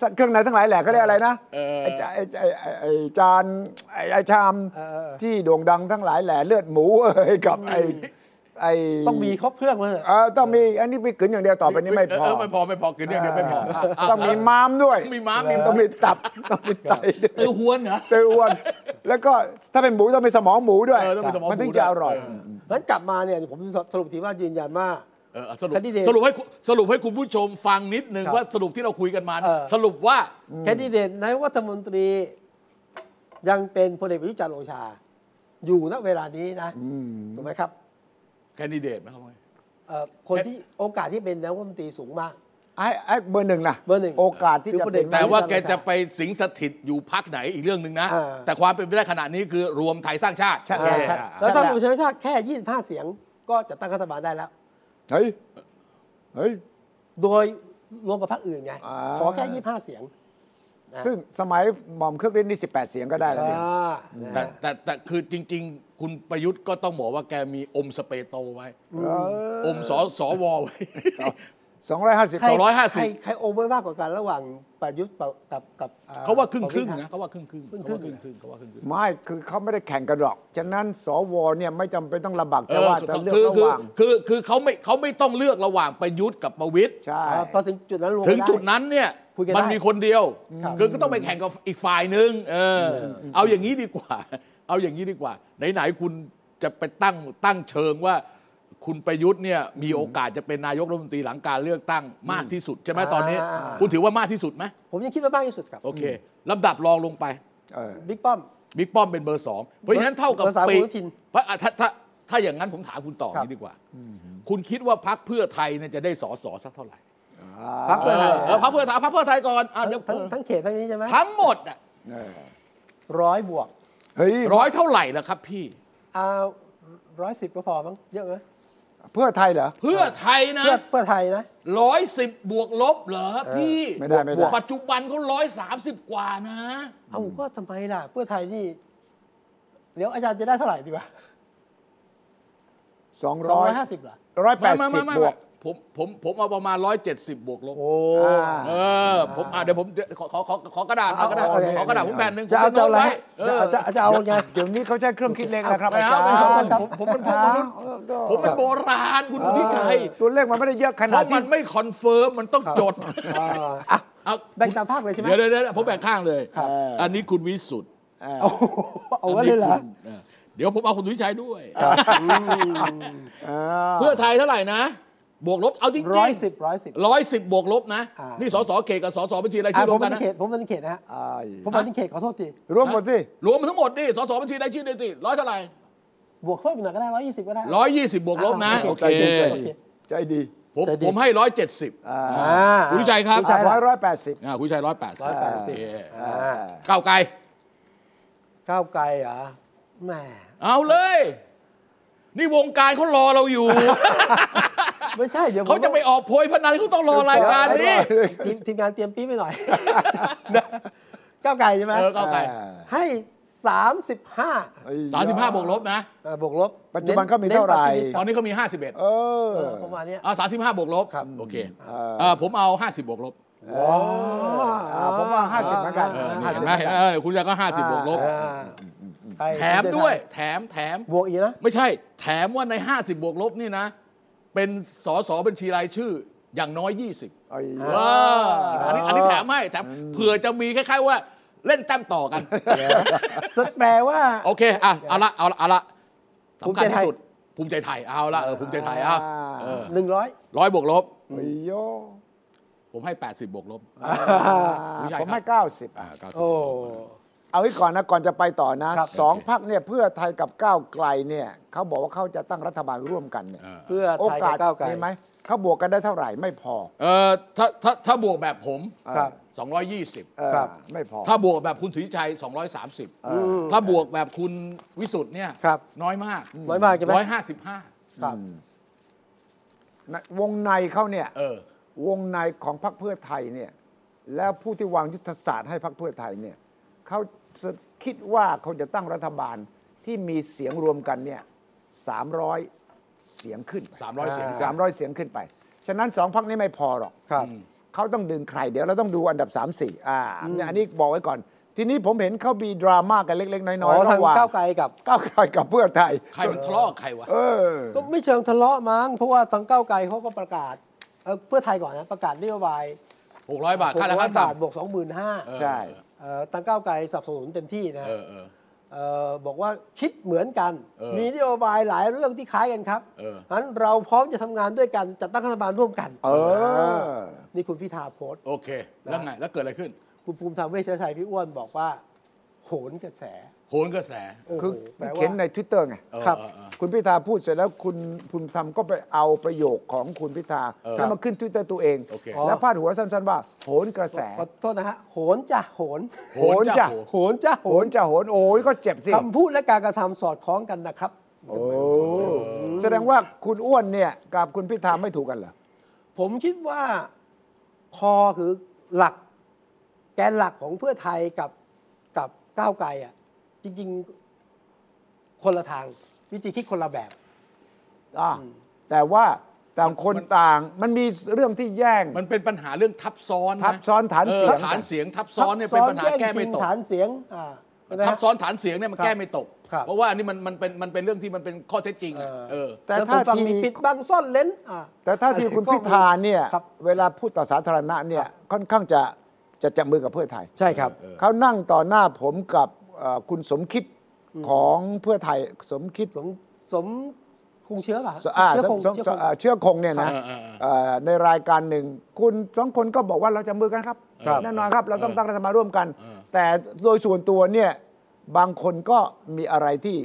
S3: สัตว์เครื่องในทั้งหลายแหละเขาเรียกอะไรนะ
S2: เออ
S3: ไอ้จไอ้ไอ้ไอ้ไอ้จานไอ้ไอ้ชาม
S1: เออเออ
S3: ที่โด่งดังทั้งหลายแหล่เลือดหมู <laughs> เอ้ยกับไอ้ไอ้
S1: ต้องมีครบเครื่องเลย
S3: เออต้องมีอันนี้มีกลืนอย่างเดียวต่อไปนี้ไม่พอ
S2: เไม่พอไม่พอกลืนอย่างเดียวไม่พออ่ะะ
S3: ต้องมีม้ามด้วย
S2: ต้องมีม้ามมี
S3: ต้องมี
S2: <laughs>
S3: ตับต้องมีไตด้วย <laughs>
S2: เออหวนเหรอ
S3: เตยอ้วน แล้วก็ถ้าเป็นหมูต้องเป็นสมองหมูด้วย
S2: เออต้องเป็นสมองหมู
S3: มันถึง
S2: ด้
S3: จะ
S2: วย
S3: อร่อย
S2: เออ
S1: นั้นกลับมาเนี่ยผมสรุปทีว่ายืนยันว่า
S2: เออสรุป
S1: Candidate
S2: สรุปให้คุณสรุปให้คุณผู้ชมฟังนิดนึง
S1: ครับ
S2: ว่าสรุปที่เราคุยกันมา
S1: เออ
S2: สรุปว่า
S1: แคนดิเดตนายกรัฐมนตรี ยังเป็นพลเอกประยุทธ์จันทร์โอชา อยู่ณเวลานี้นะถูกไหมครับ
S2: แคนดิเดตไหมครับ
S1: เอ่อคน
S2: แค่
S1: ที่โอกาสที่เป็นนายกรัฐมนตรีสูงมาก
S3: ไอ้ไอ้เบอร์หนึ่งนะ
S1: เบอร์หนึ่ง
S3: โอกาสที่
S1: คือ
S3: จะ
S1: ประเด็
S3: เป็น
S1: น
S2: แต่ว่าแกจะไปสิงสถิตอยู่พักไหนอีกเรื่องหนึ่งนะ
S1: เออ
S2: แต่ความเป็นไปได้ขณะนี้คือรวมไทยสร้างชาติ
S3: ใช่
S1: เออ
S3: ใช่
S1: แล้วถ้า
S3: ใช่
S1: รวมไทยสร้างชาติแค่ 25 เสียง ก็จะตั้งรัฐบาลได้แล้ว
S3: เฮ้ย เฮ้ย
S1: โดยรวมกับพรรคอื่นไง
S3: อ่า
S1: ขอแค่ 25 เสียง
S3: ซึ่งสมัยหม่อมเครื่องเล่นนี่ 18 เสียงก็ได้แล้วสิ
S1: อ่านะ
S2: แต่แต่แต่คือจริง ๆ คุณประยุทธ์ก็ต้องบอกว่าแกมีอมสเปโตไว้ อมสอสอวอไว้
S3: 250
S1: ใคร
S2: สองร้อยห้าสิบ
S1: ใคใครโอเวอร์มากกว่ากันระหว่างประยุทธ์กับกับกับอ่
S2: เขาว่าครึ่งครึ่งๆนะเขาว่าครึ่งครึ่งๆ
S1: ครึ่
S2: เขา
S1: ง
S2: ว่า
S1: ๆ
S2: ครึ่งครึ่งๆเขาว่าครึ่งครึ่ง
S3: ไม่ คือเขาไม่ได้แข่งกันหรอก ฉะนั้นสวเนี่ยไม่จำเป็นต้องลำบาก
S2: เอ
S3: ใจ
S2: อ
S3: ว่าจะเลือก
S2: คือ
S3: ระ
S2: คือ
S3: หว่าง
S2: คือคือเขาไม่เขาไม่ต้องเลือกระหว่างประยุทธ์กับประวิตย
S3: ใช่
S1: อ่าพอถึงจุดนั้นรวม
S2: ถึง
S1: ได้
S2: จุดนั้นเนี่ย
S1: คุยกัน
S2: มัน
S1: ได้
S2: มีคนเดียว
S1: ครับ
S2: คือก็ต้องไปแข่งกับอีกฝ่ายหนึ่งเอออเอาอย่างนี้ดีกว่า เอาอย่างนี้ดีกว่า ไหนๆคุณจะไปตั้งตั้งเชิงว่า คุณประยุทธ์เนี่ยมีโอกาสจะเป็นนายกรัฐมนตรีหลังการเลือกตั้งมากที่สุดใช่ไหมตอนนี้
S1: อ่า
S2: คุณถือว่ามากที่สุดไหม
S1: ผมยังคิดว่ามากที่สุดครับ
S2: โอเคลำดับรองลงไป
S3: เออ
S1: บิ๊กป้อม
S2: บิ๊กป้อมเป็นเบอร์สองเพราะฉะนั้นเท่ากับ
S1: เบอร์สาม
S2: ปี
S1: คุณอนุทิน
S2: เพราะอ่ะถ้าถ้า ถ้าอย่างนั้นผมถามคุณต่อ
S3: ครับ
S2: นี้ดีกว่า คุณคิดว่าพักเพื่อไทยเนี่ยจะได้สอสอสักเท่าไหร่
S1: พรรคเพื่อไทย
S2: เออพักเพื่อไทยพักเพื่อไทยก่อนอ่ะเดี๋ยว
S1: ทั้งทั้งเขตทั้งนี้ใช่ไหม
S2: ทั้งหมดอ่ะ
S3: เออ
S1: ร้อยบวก
S3: เฮ้ย
S2: ร้อยเท่าไหร่แล้วครับพี่
S1: เอาร้อยสิบก็พอมั้งเยอะไหม
S3: เพื่อไทยเหรอ
S2: เพื่อไทยนะ
S1: เพื่อเพื่อไทยนะ
S2: ร้อยสิบบวกลบเหรอพี่
S3: ไม่ได้ไม่ได้
S2: ปัจจุบันเขาร้อยสามสิบกว่านะ
S1: เอาก็ทำไมล่ะ เพื่อไทยนี่ เดี๋ยวอาจารย์จะได้เท่าไหร่ดีวะ
S3: สอง
S1: สอง
S3: ร้อ
S1: ร้
S3: ย
S1: อยห้าสิบเหรอ
S3: ร้อยแป
S2: ไม่
S3: ด
S2: ไม่
S3: สิ
S2: ไม่
S3: บ
S2: ไม่
S3: บวก
S2: ผมผมผมเอาประมาณร้อยเจ็ดสิบบวกลบ
S1: โอ้
S2: เออ ผมอ่ะเดี๋ยวผมเดี๋ยวขอขอขอขอกระดาษเอากระดาษ
S3: เอาเอาเอา
S2: ขอกระดาษผมแผ่นหนึ่ง
S1: จะเอาจะเอาอะไร
S2: ผ
S1: ฮะ
S2: มโน้ต
S1: จะเอา
S2: ไว้
S1: จะจะเอาไง
S3: เดี๋ยวนี้เขาใช้เครื่องคิดเลขนะครับ
S2: ไม่
S3: อา
S2: เอา
S3: จารย์
S2: ไม่เอา
S1: ครับ
S2: ผมผมเป็นพวกมนุษย์ผมเป็นโบราณคุณทิชัย
S3: ตัวเลขมันไม่ได้เยอะข
S2: เพ
S3: นาด
S2: ราะมั
S3: ที่
S2: นไม่คอนเฟิร์มมันต้องจด
S1: อ่าอ่ะ
S2: เอา
S1: แบ่งตามภาคเลยใช่ไหม
S2: เดี๋ยวเดี๋ยวเดี๋ยวผมแบ่งข้างเลย
S3: ครับ
S2: อันนี้คุณวิสุทธ์
S1: โอ้โหเอาไว้เลยเหรอ
S2: นนี้คุณเออเดี๋ยวผมเอาคุณทิชัยด้วย
S3: อ่า
S2: เพื่อไทยเท่าไหร่นะ บวกลบเอาจริงๆ
S1: ร้อยสิบร้อยสิบ
S2: ร้อยสิบบวกลบนะ
S1: อ่านี่
S2: นี่สสเขตกับสสบัญชีราย
S1: อ่ะ
S2: ชื่อร
S1: ผ
S2: ว
S1: ม
S2: ม
S1: เป็
S2: กัน
S1: น
S2: นะ
S1: เขตผมเป็นเขตนะฮะ
S3: อ้าย
S1: ผมเป็นเขตขอโทษที
S3: รวมหมดสิ
S2: รวมทั้งหมดนี่สสบัญชีรายชื่อนี่สิร้อยเท่าไหร่
S1: บวกเพิ่มอีกหน่อยก็ได้ร้อยยี่สิบก็ได้
S2: ร้อยยี่สิบบวกลบนะ
S1: อ่า
S2: โอ
S1: โอ
S2: เค
S1: เค
S3: โอเค ใจดี
S2: ผม
S1: ใจดี
S2: ผมให้ร้อยเจ็ดสิบ
S3: อ่า
S1: อ่า
S2: คุณวิชัยครับ
S1: คุณวิชัย
S3: ร้อยร้อยแปดสิบ
S2: อ่าคุณวิชัยร้อยแปดสิบ
S1: 180 อ่า
S2: ก้าวไกล
S1: ก้าวไกลเหรอแหม
S2: เอาเลย นี่วงการเขารอเราอยู่
S1: ไม่ใช่เดี๋ยวผม
S2: เขาจะไปออกโพยพนันเขาต้องรอรายการนี้
S1: ทีมทีมงานเตรียมปี๊บไปหน่อย <laughs> นะก้าวไกลใช่ไหม
S2: เออก้าวไกล
S1: ให้สามสิบห้า
S2: สามสิบห้าบวกลบนะ
S1: บวกลบ
S3: ปัจจุบันเขามีเท่าไหร่
S1: น้นปฏิเสธ
S2: ตอนนี้เขามีห้าสิบเอ็ด
S3: เออ
S1: เออประมาณเนี้ย
S2: อ่าสามสิบห้าบวกลบ
S1: ครับ
S2: โอเค
S3: เออ
S2: เอ่อผมเอาห้าสิบบวกลบ
S3: อ๋ออ่าผมว่าห้าสิบเหมือนกัน
S2: เออนี่
S3: ห้า
S2: เห็
S3: สิ
S2: น
S3: บ
S2: ไหมเห็นไหมเออคุณวิชัยก็ห้าสิบบวกลบ
S1: อ่าใคร
S2: แถมด้วย แถมแถม
S1: บวกอีกนะ
S2: ไม่ใช่ แถมว่าใน 50 บวกลบนี่นะ เป็นสอสอบัญชีรายชื่ออย่างน้อย 20
S3: ไอ้
S1: เ
S2: ว้าอันนี้อันนี้แถมให้แถมเผื่อจะมีคล้ายๆว่าเล่นแต้มต่อกัน
S1: จะแปลว่า
S2: โอเค อ่ะ เอาละ เอาละ เอาละ
S1: ภูมิ
S2: สำคั
S1: ใจ
S2: ญ
S1: ไทย
S2: ที่สุด ภูมิใจไทย เอาละ เออ ภูมิใจไทยเอาเออ
S1: หนึ่งร้อย
S2: ร้อยบวกลบ
S3: ไอ้โย
S2: ผมให้ 80 บวกลบ ผู้ชายครับ
S3: ผมให้เก้าสิบ
S2: อ่าเก้าสิบ
S1: โอ้
S3: เอาไว้ก่อนนะ ก่อนจะไปต่อนะครับ สอง
S2: โอเค
S3: พักเนี่ยเพื่อไทยกับก้าวไกลเนี่ยเขาบอกว่าเขาจะตั้งรัฐบาลร่วมกันเนี่ย
S2: เออ
S1: เพื่อ
S3: โอ
S1: ไทยกั
S3: กา
S1: บ
S3: ส
S1: ก้าวไกล
S3: มีไหมเขาบวกกันได้เท่าไหร่ไม่พอ
S2: เออถ้าถ้าถ้าบวกแบบผม
S1: ครับ
S3: เออ
S1: ครับ
S3: ไม่พอ
S2: 220 ถ้าบวกแบบคุณสุริชัย 230
S1: ม
S2: ถ้าบวกแบบคุณวิสุทธ์เนี่ย
S1: ครับ
S2: น้อยมาก
S1: น้อยมากใช่ไหม
S2: ร้อยห้าสิบห้า
S1: ครับ
S3: นะวงในเขาเนี่ย
S2: เออ
S3: วงในของพรรคเพื่อไทยเนี่ยแล้วผู้ที่วางยุทธศาสตร์ให้พรรคเพื่อไทยเนี่ยเขาจะคิดว่าเขาจะตั้งรัฐบาลที่มีเสียงรวมกันเนี่ยสามร้อยเสียงขึ้นไป
S2: 300เสียง
S3: สามร้อยเสียงขึ้นไป ฉะนั้นสองพรรคนี้ไม่พอหรอก
S1: ครับ
S3: เขาต้องดึงใครเดี๋ยวเราต้องดูอันดับ 3 4อ่าเนี่ยอันนี้บอกไว้ก่อน ทีนี้ผมเห็นเขามีดราม่ากันเล็ก ๆ น้
S1: อ๋
S3: อย
S1: อ
S3: ๆ
S1: ทาง
S3: ระหว่าง
S1: ก้าวไกลกับ
S3: ก้าวไกลกับเพื่อไทย
S2: ใครมันทะเลาะกับใครวะ
S3: เออ
S1: ก็ไม่เชิงทะเลาะมั้ง เพราะว่าทางก้าวไกลเขาก็ประกาศเอ่อเพื่อไทยก่อนนะ ประกาศนโยบาย
S2: 600 บาท ค่าแรง
S1: ร้อย
S2: ขั้น
S1: บาท
S2: ต่ำ
S1: บวกสองหมื่นห้า
S2: เออ
S3: ใช่
S1: ทางก้าวไกลสนับสนุนเต็มที่นะ
S2: เออเออ
S1: เอ่อบอกว่าคิดเหมือนกัน
S2: เออ
S1: มีนโยบายหลายเรื่องที่คล้ายกันครับ
S2: เออ
S1: นั้นเราพร้อมจะทำงานด้วยกันจัดตั้งรัฐบาลร่วมกัน
S3: เออ
S1: นี่คุณพิธาโพสต์
S2: โอเค แล้วไง แล้วเกิดอะไรขึ้น
S1: คุณภูมิธรรมเวชชัยพี่อ้วนบอกว่า โหนกระแส
S2: โหนกระแส
S1: โอ้โห
S3: คือ
S1: แปลว่า
S3: เขียนในทวิตเตอร์ไง
S2: เออ
S1: ครับ
S2: เออเออ
S3: คุณพิธาพูดเสร็จแล้วคุณภูมิธรรมก็ไปเอาประโยคของคุณพิธา
S2: เออ
S3: แล้วมาขึ้นทวิตเตอร์ตัวเอง
S2: โอเค
S3: แล้วพาดหัวสั้นๆว่า โหนกระแส
S1: ขอโทษนะฮะโหนจ้ะโหน
S2: โหนจ้ะ
S3: โหนจ้ะ
S2: โหน
S1: โหนจ้ะ
S3: โห
S1: โห
S3: น
S1: น
S3: จะโหนโอ้ยก็เจ็บสิ
S1: คำพูดและการกระทำสอดคล้องกันนะครับ
S3: โอ้แสดงว่าคุณอ้วนเนี่ยกับคุณพิธาไม่ถูกกันเหรอ
S1: ผมคิดว่าคอคือหลัก แกนหลักของเพื่อไทยกับกับก้าวไกลอ่ะ จริง ๆ คนละทาง วิธีคิดคนละแบบ
S3: อ่ะแต่ว่าต่างคนต่างมันมีเรื่องที่แย่ง
S2: มันเป็นปัญหาเรื่องทับซ้อน
S3: ทับซ้อนฐานเสียง
S2: ออฐานเสียงทับซ้อนเนี่ยเป็นปัญหาแก้ไม่ตก
S1: ทับซ้อนย่งชิงฐานเสียงอ่าใช่ไหมฮะ
S2: ทับซ้อนฐานเสียงเนี่ยมัน
S1: ครับ
S2: แก้ไม่ตก
S1: ครับ
S2: เพราะว่าอันนี้มันมันเป็นมันเป็นเรื่องที่มันเป็นข้อเท็จจริงอะ
S1: เออ
S2: เออ
S3: แต่
S1: แล้วผม
S3: ถ้า
S1: ฟัง
S3: ที
S1: มีปิดบังซ่อนเลนอ่า
S3: แต่ถ้าทีคุณพิธาเนี่ย
S1: ครับ
S3: เวลาพูดต่อสาธารณะเนี่
S1: ค
S3: ย
S1: รับ
S3: ค่อนข้างจะจะจับมือกับเพื่อไทย
S1: ใช่ครับ
S3: เขานั่งต่อหน้าผมกับเอ่อคุณสมคิดของเพื่อไทยสมคิด
S1: สมสมคงเชื้อป่ะฮะ
S3: อ่า
S1: เชื้อ
S3: ส
S1: ค
S3: ม
S1: ง
S3: สม
S1: เชื้อคง
S3: เอ่อเชื่อคงเนี่ยนะครับ
S2: เออเออเออ
S3: เอ่อในรายการหนึ่ง คุณสองคนก็บอกว่าเราจะมือกันครับ
S1: ครับ
S3: แน่นอนครับเราต้องตั้งรัฐบาลร่วมกัน แต่โดยส่วนตัวเนี่ยบางคนก็มีอะไรที่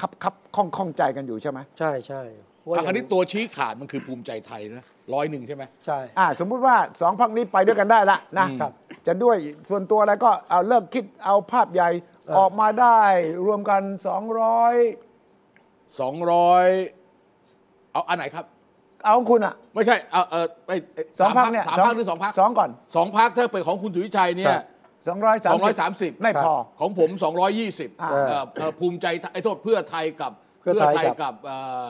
S3: คับคับข้องข้องใจกันอยู่ใช่ไหม
S1: ใช่ใช่เพราะว่า
S2: อ่ะคราวนี้ตัวชี้ขาดมันคือภูมิใจไทยนะร้อยหนึ่งใช่ไหม
S1: ใช่
S3: อ่าสมมุติว่าสองพักนี้ไปด้วยกันได้ละนะ
S1: อืมครับ
S3: จะด้วยส่วนตัวอะไรก็เอาเลิกคิดเอาภาพใหญ่
S1: เออ
S3: ออกมาได้รวมกัน 200
S2: สองร้อยเอาอันไหนครับ
S3: เอาของคุณอ่ะ
S2: ไม่ใช่เอาเออไปเย
S3: สองพักเนี่ย
S2: สามพักหรือสองพัก
S3: สองก่อน
S2: สองพักถ้าเป็นของคุณสุวิชัยเนี่ย
S3: 230
S2: สองร้อยสามสิบ
S3: ไม่พอ
S2: ของผมสองร้อยยี่สิบ
S3: อ่า
S2: ภูมิใจไทยไอ้โทษเพื่อไทยกับ
S1: เพื่อไทยกับ
S2: กับเอ่อ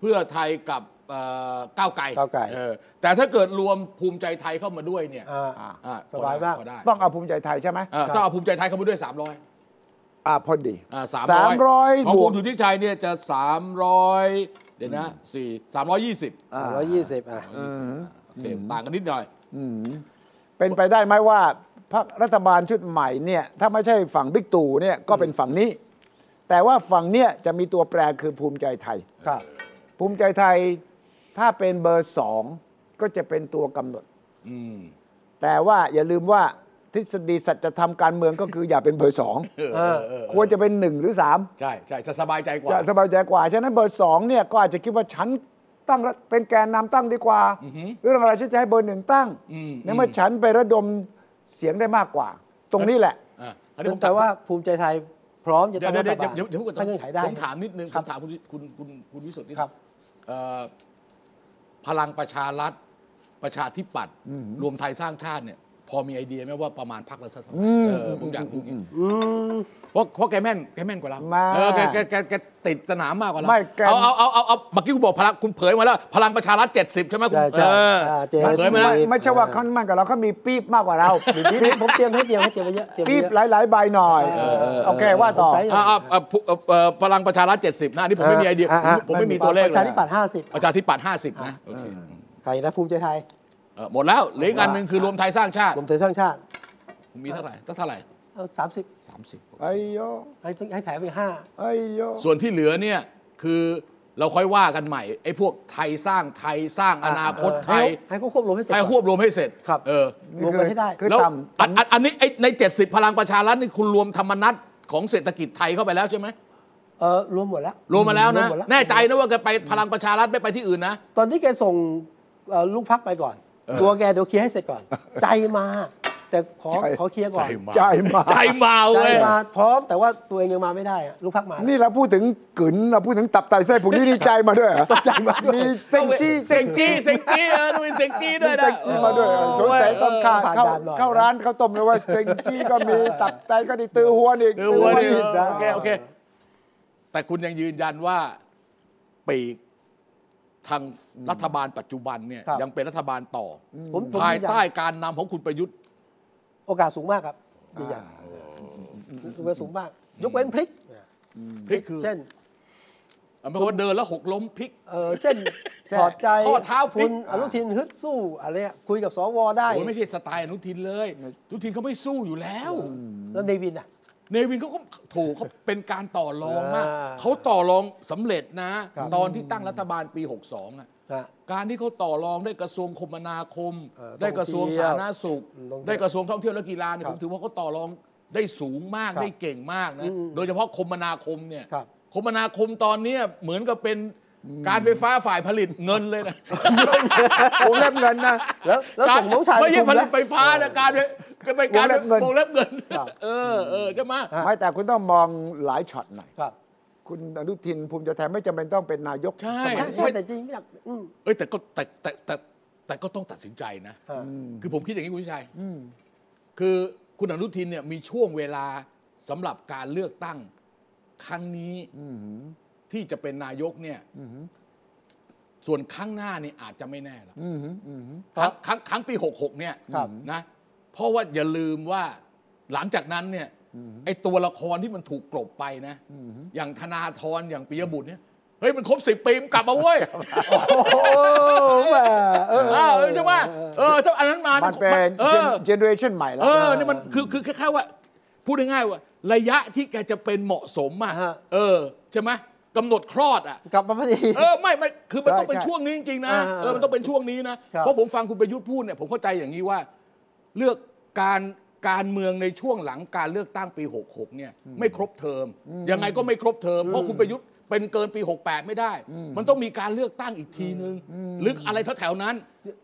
S2: เพื่อไทยกับเอ่อก้าวไกล
S1: ก้าวไกล
S2: เออแต่ถ้าเกิดรวมภูมิใจไทยเข้ามาด้วยเนี่ย
S1: อ่า
S3: อ่า
S2: อ่ะ
S1: สบายมาก
S2: พอได้
S3: ต้องเอาภูมิใจไทยใช่ไหม
S2: เออถ้าเอาภูมิใจไทยเข้ามาด้วยสามร้อย
S3: อ่าพอดี
S2: สาม
S3: สามร้อย
S2: ของ
S3: บว
S2: คุ
S3: ก
S2: ณสุทธิชัยเนี่ยจะสามร้อยเดี๋ยวนะสี่สามร้อยยี่สิบ
S1: สามร้อยยี่สิบอ่ะ
S2: โอเคต่างกันนิดหน่อย
S3: เป็นไปได้ไหมว่าพรรครัฐบาลชุดใหม่เนี่ยถ้าไม่ใช่ฝั่งบิ๊กตู่เนี่ยก็เป็นฝั่งนี้ แต่ว่าฝั่งเนี่ยจะมีตัวแปรคือภูมิใจไทย
S1: ครับ
S3: ภูมิใจไทยถ้าเป็นเบอร์สองก็จะเป็นตัวกำหนด
S2: อืม
S3: แต่ว่าอย่าลืมว่าทฤษฎีสัจธรรมการเมืองก็คืออย่าเป็นเบอร์สอง
S1: เออ
S3: ควรจะเป็นหนึ่งหรือสาม
S2: ใช่ใช่จะสบายใจกว่า
S3: จะสบายใจกว่า ฉะนั้นเบอร์สองเนี่ยก็อาจจะคิดว่าฉันตั้งรัฐเป็นแกนนำตั้งดีกว่าเรื่องอะไรฉันจะให้เบอร์หนึ่งตั้งในเมื่อฉันไประดมเสียงได้มากกว่า ตรงนี้แหละ
S2: อ่ะอันนี้ผม
S1: แต่ว่าภูมิใจไทยพร้อมจะ
S2: เดี๋ย
S1: ตั้
S2: ว
S1: ง
S2: เดี๋
S1: รัฐบาล
S2: ยวเดี๋ยวเดี๋ยวเดี๋ยวผมก่อน
S1: ตั้งเงื่อนไขได้
S2: ผมถามนิดนึงผมถามคุณคุณคุณคุณวิสุทธิ์นี่
S1: ครับ
S2: เอ่อพลังประชารัฐประชาธิปัตย์รวมไทยสร้างชาติเนี่ย พอมีไอเดียไหมว่าประมาณพักละสักเท่าไหร่เออผมอยากรู้
S1: อืม
S2: เพราะเพราะแกแม่นแกแม่นกว่าเรา
S3: มา
S2: เออแกแกแกแกติดสนามมากกว่าเรา
S3: ไม่แกน
S2: เอาเอาเอาเอาเอาเมื่อกี้คุณบอกพลังคุณเผยมาแล้ว พลังประชารัฐ70ใช่ไหมคุณ
S1: ใช่ใช่
S2: เออ
S1: อ่าเจ็ด
S2: คุณเผยมาแล้ว
S1: ไม่
S3: ไม่ใช่ว่าเขามั่นกับเราเขามีปี๊บมากกว่าเรา
S1: นี่ผมเตรียมให้เตรียมให้เตรียมไว้เยอะเตรียมไว้
S3: ปี๊บ
S1: เยอะ
S3: หลาย ๆ ใบหน่อย
S1: เออเออเออ
S3: โอเคว่าต่อ
S1: ผมใช้
S2: อ่าอ่าอ่าผู้เอ่อเอ่อพลังประชารัฐ 70นะอันนี่ผมไม่มีไอเดียผม
S1: อ่ะ
S2: ผมไม่มีตัวเลข
S1: ป
S2: เล
S1: ระ
S2: ย
S1: ชาธิปัตย์ห้าสิบ
S2: ประชาธิปัตย์50 นะโอเค
S1: ใครนะภูมิใจไทย
S2: เออหมดแล้วเหลืออีกอันหนึ่งคือรวมไทยสร้างชาติ
S1: รวมไทยสร้างชาติ
S2: มีเท่าไหร่ตั้งเท่าไหร่
S1: เอาสามสิบ
S3: ไอ้โย
S1: ให้ให้แถมไปห้า
S3: ไอ้โย
S2: 30 ส่วนที่เหลือเนี่ยคือเราค่อยว่ากันใหม่ไอ้พวกไทยสร้างไทยสร้างอนาคตไทย
S1: ให้เขาควบรวมให้เสร็จ
S2: ให้ควบรวมให้เสร็จ
S1: ครับ
S2: เออ
S1: รวมกันให้ได้
S3: คือ
S2: แล้ว
S3: ต่
S2: อันอันอันนี้ไอ้ใน 70 พลังประชารัฐนี่คุณรวมธรรมนัตของเศรษฐกิจไทยเข้าไปแล้วใช่ไหม
S1: เออรวมหมดแล้ว
S2: รวมมาแล้วนะ
S1: หด
S2: แน่ใจนะว่าแกไปพลังประชารัฐไม่ไปที่อื่นนะ
S1: ตอนที่แกส่งเอ่อลูกพักไปก่อน ตัวแกเดี๋ยวเคลียร์ให้เสร็จก่อน ใจมา แต่ขอ
S3: ใจ
S1: ขอเคลียร์ก่อน
S3: ใจมา
S2: ใจมา
S1: ใจ
S2: เว้ย
S1: มาพร้อมแต่ว่าตัวเองยังมาไม่ได้อะลูกพักมา
S3: นี่เราพูดถึงกึ๋นเราพูดถึงตับไตไส้พุงนี่นี่ใจมาด้วยเหรอใจมามีเซนจี้
S2: เซงจี้เซงจี้เออดูเซงจี้ด้วยนะ
S3: เซนจี้มาด้วยเหรอสนใจต้มข้าวเข้าเข้าร้านข้าวต้มเลยว่าเซนจี้ก็มีตับไตก็ดีตือหัวอีก
S2: เออหัวดิ
S3: อีกนะ
S2: โอเคโอเค แต่คุณยังยืนยันว่าปีกทางรัฐบาลปัจจุบันเนี่ย ยังเป็นรัฐบาลต่ออ
S1: ผมผม
S2: ภาย
S1: ยืนยัน
S2: ใต้การนำของคุณประยุทธ์
S1: โอกาสสูงมากครับดีอย่างโอกาสสูงมาก ยกเว้นพลิก
S2: พลิกคือ
S1: เช่น
S2: ไม่ว่าเดินแล้วหกล้มพลิก
S1: เออเช่นถอดใจ
S2: ข้อเท้าพ
S1: คุ
S2: ลิก
S1: ณอนุทินฮึดสู้อะไรอะคุยกับสวได้
S2: โอ้ยไม่ใช่สไตล์อนุทินเลยอนุทินเขาไม่สู้อยู่แล้ว
S1: แล้วเดวินอ่ะ
S2: เนวินเขาก็ถูกเขาเป็นการต่อรองมาก
S1: อ่า
S2: เขาต่อรองสำเร็จนะ
S1: ครับ
S2: ตอนที่ตั้งรัฐบาลปี 62อ่ะ
S1: นะ
S2: การที่เขาต่อรองได้กระทรวงคมนาคม
S1: เออ
S2: ได้กระทรวงสาธารณสุข
S1: ท่องเที่ยว
S2: ได้กระทรวงท่องเที่ยวและกีฬาเนี่ย
S1: ครั
S2: ผ
S1: บ
S2: มถือว่าเขาต่อรองได้สูงมาก
S1: ครับ
S2: ได้เก่งมากนะ
S1: อืม
S2: โดยเฉพาะคมนาคมเนี่ย
S1: ครับ
S2: คมนาคมตอนเนี้ยเหมือนกับเป็นการไฟฟ้าฝ่ายผลิตเงินเลยนะ
S3: วงเล็บเงินนะ
S1: แล้วแล้วส่งน้องชาย
S2: ไม่ใช่
S1: ป
S2: ผลิ
S1: ระ
S2: ต
S1: ชุ
S2: ไฟ
S1: นะ
S2: ฟ้านะการเป็นไปการ
S3: วงเล็บเงิน
S2: วงเล็บเงิน
S1: ครับ
S2: เออเออใช่ไหม
S3: ไม่แต่คุณต้องมองหลายช็อตหน่อย
S1: ครับ
S3: คุณอนุทินภูมิใจไทยไม่จำเป็นต้องเป็นนายก
S2: ใช่
S3: สมัย
S1: ใช่ใช่
S3: นี้
S1: แต่จริงไม่อยากอืม
S2: เอ้ยแต่ก็แต่แต่แต่แต่ก็ต้องตัดสินใจนะ
S1: อ่า
S2: คือผมคิดอย่างนี้คุณวิชัยคือคุณอนุทินเนี่ยมีช่วงเวลาสำหรับการเลือกตั้งครั้งนี้ที่จะเป็นนายกเนี่ยส่วนครั้งหน้านี่อาจจะไม่แน่ละครั้งครั้งครั้งปี 66 เนี่ย
S1: ครับ
S2: นะ เพราะว่าอย่าลืมว่าหลังจากนั้นเนี่ยไอ้ตัวละครที่มันถูกกลบไปนะ อย่างธนาธรอย่างปิยบุตรเนี่ยเฮ้ยมันครบสิบปีมันกลับมาเว้ย
S1: โอ้แหมเออ
S2: อ่าใช่ไหมเออถ้าอันนั้นมา
S3: มั
S2: มัน
S3: เป็น
S2: เออ
S3: เจเนอเรชันใหม่แล้ว
S2: เออนี่มันคือคือแค่ว่า พูดง่ายๆว่า ระยะที่แกจะเป็นเหมาะสมอ่ะ
S1: ฮะ
S2: เออใช่ไหมกำหนดคลอด <laughs> อ่ะ
S1: กลับมาพอดี <laughs>
S2: เออไม่ไม่คือมัน
S3: ใช่
S2: ต้องเป็น
S3: ใช่
S2: ช่วงนี้จริงๆนะ
S1: อ่า
S2: เออมันต้องเป็นช่วงนี้นะ
S1: ครับ
S2: เพราะผมฟังคุณประยุทธ์พูดเนี่ยผมเข้าใจอย่างนี้ว่า เลือกการ การเมืองในช่วงหลังการเลือกตั้งปี 66 เนี่ย ไม่ครบเทอม ยังไงก็ไม่ครบเทอม เพราะคุณประยุทธ์เป็นเกินปี 68 ไม่ได้ มันต้องมีการเลือกตั้งอีกทีนึงหรืออะไรแถวๆนั้น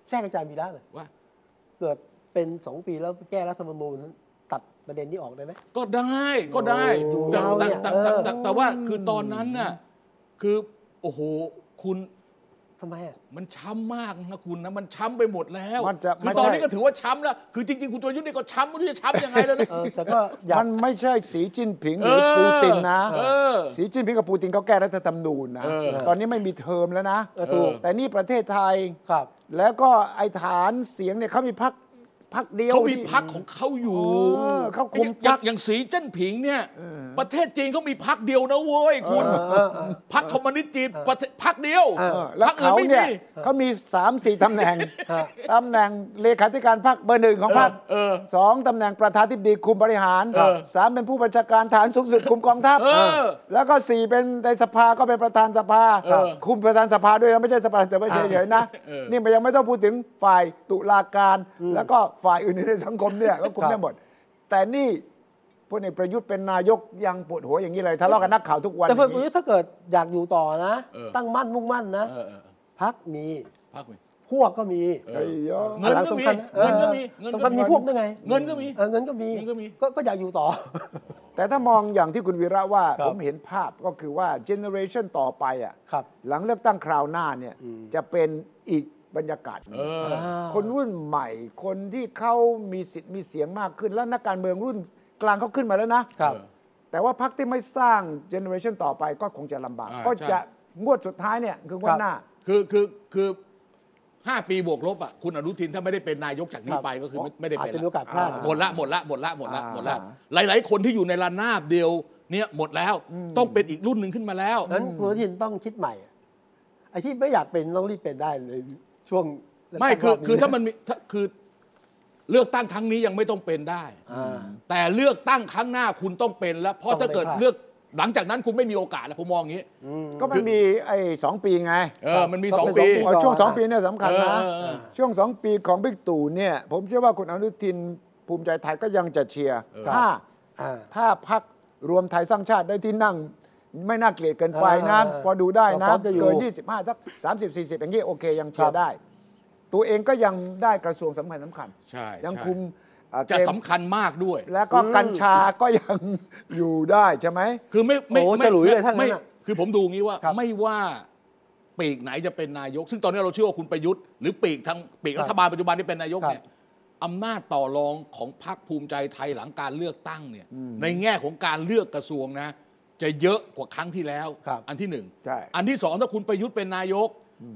S1: แทรกอาจารย์วีระหน่อย
S2: ว่า
S1: เกิดเป็นสองปีแล้วแก้รัฐธรรมนูญตัดประเด็นนี้ออกได้ไหม
S2: ก็ได้ก็ได้
S1: โอ้
S2: แต่
S1: เรา
S2: แต่
S1: เนี่ย
S2: แต่แต่
S1: เออ
S2: แต่แต่ว่าคือตอนนั้นน่ะคือโอ้โหคุณ
S1: ทำไมอ่ะ
S2: มันช้ำมากนะคุณนะมันช้ำไปหมดแล้ว
S3: มันจะ
S2: คื
S3: ไม่
S2: อ
S3: ใช่
S2: ตอนนี้ก็ถือว่าช้ำแล้วคือจริงๆคุณตัวยุทธ์นี่ก็ช้ำไม่รู้จะช้ำยังไง
S3: <laughs>
S2: แล้วนะ
S1: เออ
S2: <laughs>
S1: แต่ก็อยาก
S3: มันไม่ใช่สีจิ้นผิงหรือปูตินนะ
S2: เออ
S3: สีจิ้นผิงกับปูตินเขาแก้รัฐธรรมนูญนะ
S2: เออ
S3: ตอนนี้ไม่มีเทอมแล้วนะ
S1: เออถูก
S3: แต่นี่ประเทศไทย
S1: ครับ
S3: แล้วก็ไอฐานเสียงเนี่ยเขามีพักพักเดียว
S2: เขามี
S3: ที่
S2: พักของเขาอยู่
S3: เออเขาคุม
S2: อย่า
S3: พรรค
S2: งอย่างสีเจิ้นผิงเนี่ย ประเทศจีนเขามีพักเดียวนะเว้ยคุณพักคอมมิวนิสต์จีนประเทศพักเดียว
S1: เออ
S3: เออแล้ว
S2: พรรคอื่น
S3: เขา
S2: ไม่
S3: เนี่
S2: มี
S3: ยเขามีสามสี่ตำแหน่งตำแหน่งเลขาธิการพรรคเบอร์หนึ่งของพรรค
S2: เออเออ
S3: สองตำแหน่งประธานทิบดีคุมบริหาร
S2: เออ
S3: สามเป็นผู้บัญชาการฐานสูงสุด <laughs> คุมกองทัพ
S2: เออ
S3: แล้วก็สี่เป็นในสภาก็เป็นประธานสภา
S2: เออ
S3: คุมประธานสภาด้วยนะไม่ใช่สภาสภาเฉยๆนะ
S2: เออ
S3: นี่มันยังไม่ต้องพูดถึงฝ่ายตุลาการ แล้วก็ฝ่ายอื่นๆในสังคมเนี่ยก็คุมได้หมด แต่นี่พลเอกประยุทธ์เป็นนายกยังปวดหัวอย่างนี้เลยทะเลาะกับนักข่าวทุกวัน
S1: แต่เพื่อน
S3: อ
S1: ป
S3: ย่าง
S1: ระยุ
S3: นี้
S1: ทธ์ถ้าเกิดอยากอยู่ต่อนะ
S2: เออ
S1: ตั้งมั่นมุ่งมั่นนะ
S2: เออเออเออ
S1: พักมี
S2: พักมี
S1: พวกก็มี
S3: ไอ้ยอ
S2: เงินก็มี
S1: อัหลัสำคัญ
S2: เงินก็มี
S1: เออสำคัญมีพวกด้วยไง
S2: เงินก็มี
S1: เออเงินก็มี
S2: เงินก็มี
S1: ก็อยากอยู่ <laughs> ต่อ
S3: แต่ถ้ามองอย่างที่คุณวีระว่า
S1: ครับ
S3: ผมเห็นภาพก็คือว่าเจเนอเรชันต่อไปอ่ะ
S1: ครับ
S3: หลังเลือกตั้งคราวหน้าเนี่ยจะเป็นอีกบรรยากาศหนึ่ง
S2: เออ
S3: คนรุ่นใหม่คนที่เขามีสิทธิ์มีเสียงมากขึ้น แล้วนักการเมืองรุ่นกลางเขาขึ้นมาแล้วนะครับ แต่ว่าพรรคที่ไม่สร้างเจเนอเรชันต่อไปก็คงจะลำบาก
S2: อ่า
S3: ก็
S2: ใช่
S3: จะงวดสุดท้ายเนี่ยคืองวดหน้า
S2: คือคือคือห้าปีบวกลบอ่ะคุณอนุทินถ้าไม่ได้เป็นนายกจากนี้ไปก็คือไม่ไม่ได้
S1: อาจ
S2: เป็น
S1: จะมีโอกาสพลาด
S2: หมดละหมดละหมดละหมดละ
S3: อ่า
S2: หมดละหลาย ๆ คนที่อยู่ในระนาบเดียวเนี่ยหมดแล้วต้องเป็นอีกรุ่นหนึ่งขึ้นมาแล้ว
S1: นั้นคุณอนุทินต้องคิดใหม่อะไอ้ที่ไม่อยากเป็นต้องรีบเป็นได้ในช่วง
S2: ไม่
S1: เลืกตั้รบ
S2: คืองคือถ้ามันมีถ้าคือเลือกตั้งครั้งนี้ยังไม่ต้องเป็นได้
S1: อ่า
S2: แต่เลือกตั้งครั้งหน้าคุณต้องเป็นแล้ว เพราะถ้าเกิด
S1: ต้องไม่พลาด
S2: เลือกหลังจากนั้นคุณไม่มีโอกาสแล้วผมมองอย่างนี้
S3: ก็มันมีไอ้สองปีไง
S2: เออมันมี
S1: ต้อง
S2: สอง
S1: เป็น
S2: ปี
S1: สองปี
S3: เออช่วงสองปีเนี่ยสำคัญนะ
S2: เออเออเออ
S3: ช่วงสองปีของบิ๊กตู่เนี่ยผมเชื่อว่าคุณอนุทินภูมิใจไทยก็ยังจะเชียร์ถ้า
S1: อ่า
S3: ถ้าพักรวมไทยสร้างชาติได้ที่นั่ง ไม่น่าเกลียดเกินไปนะ
S1: เออ
S3: พอดูได้นะ
S1: พร้อมจะอยู่
S3: เกิน 25สัก30 40 อย่างนี้โอเคยังเชีย
S1: ครั
S3: ร์
S1: บ
S3: ได้ ตัวเองก็ยังได้กระทรวงสำคัญสำคัญ
S2: ใช่
S3: ยัง
S2: ใช่
S3: คุมเอ่อ
S2: จะ
S3: เกม
S2: สำคัญมากด้วย
S3: แล้วก็กัญชาก็ยังอยู่ได้ใช่ไหม
S2: คือไม่ไม่
S1: โอ้
S2: ไม่
S1: ฉลุยเลยถ้างั้น
S2: ไม่
S1: น่ะ
S2: คือผมดูงี้ว่า
S1: ครับ
S2: ไม่ว่าปีกไหนจะเป็นนายก ซึ่งตอนนี้เราเชื่อว่าคุณประยุทธ์หรือปีกทางปีกรัฐบาลปัจจุบันที่เป็นนายก
S1: ครับ
S2: เนี่ยอำนาจต่อรองของพรรคภูมิใจไทยหลังการเลือกตั้งเนี่ย ในแง่ของการเลือกกระทรวงนะ จะเยอะกว่าครั้งที่แล้ว
S1: ครับ
S2: อันที่หนึ่ง
S3: ใช่
S2: อันที่สองถ้าคุณประยุทธ์เป็นนายก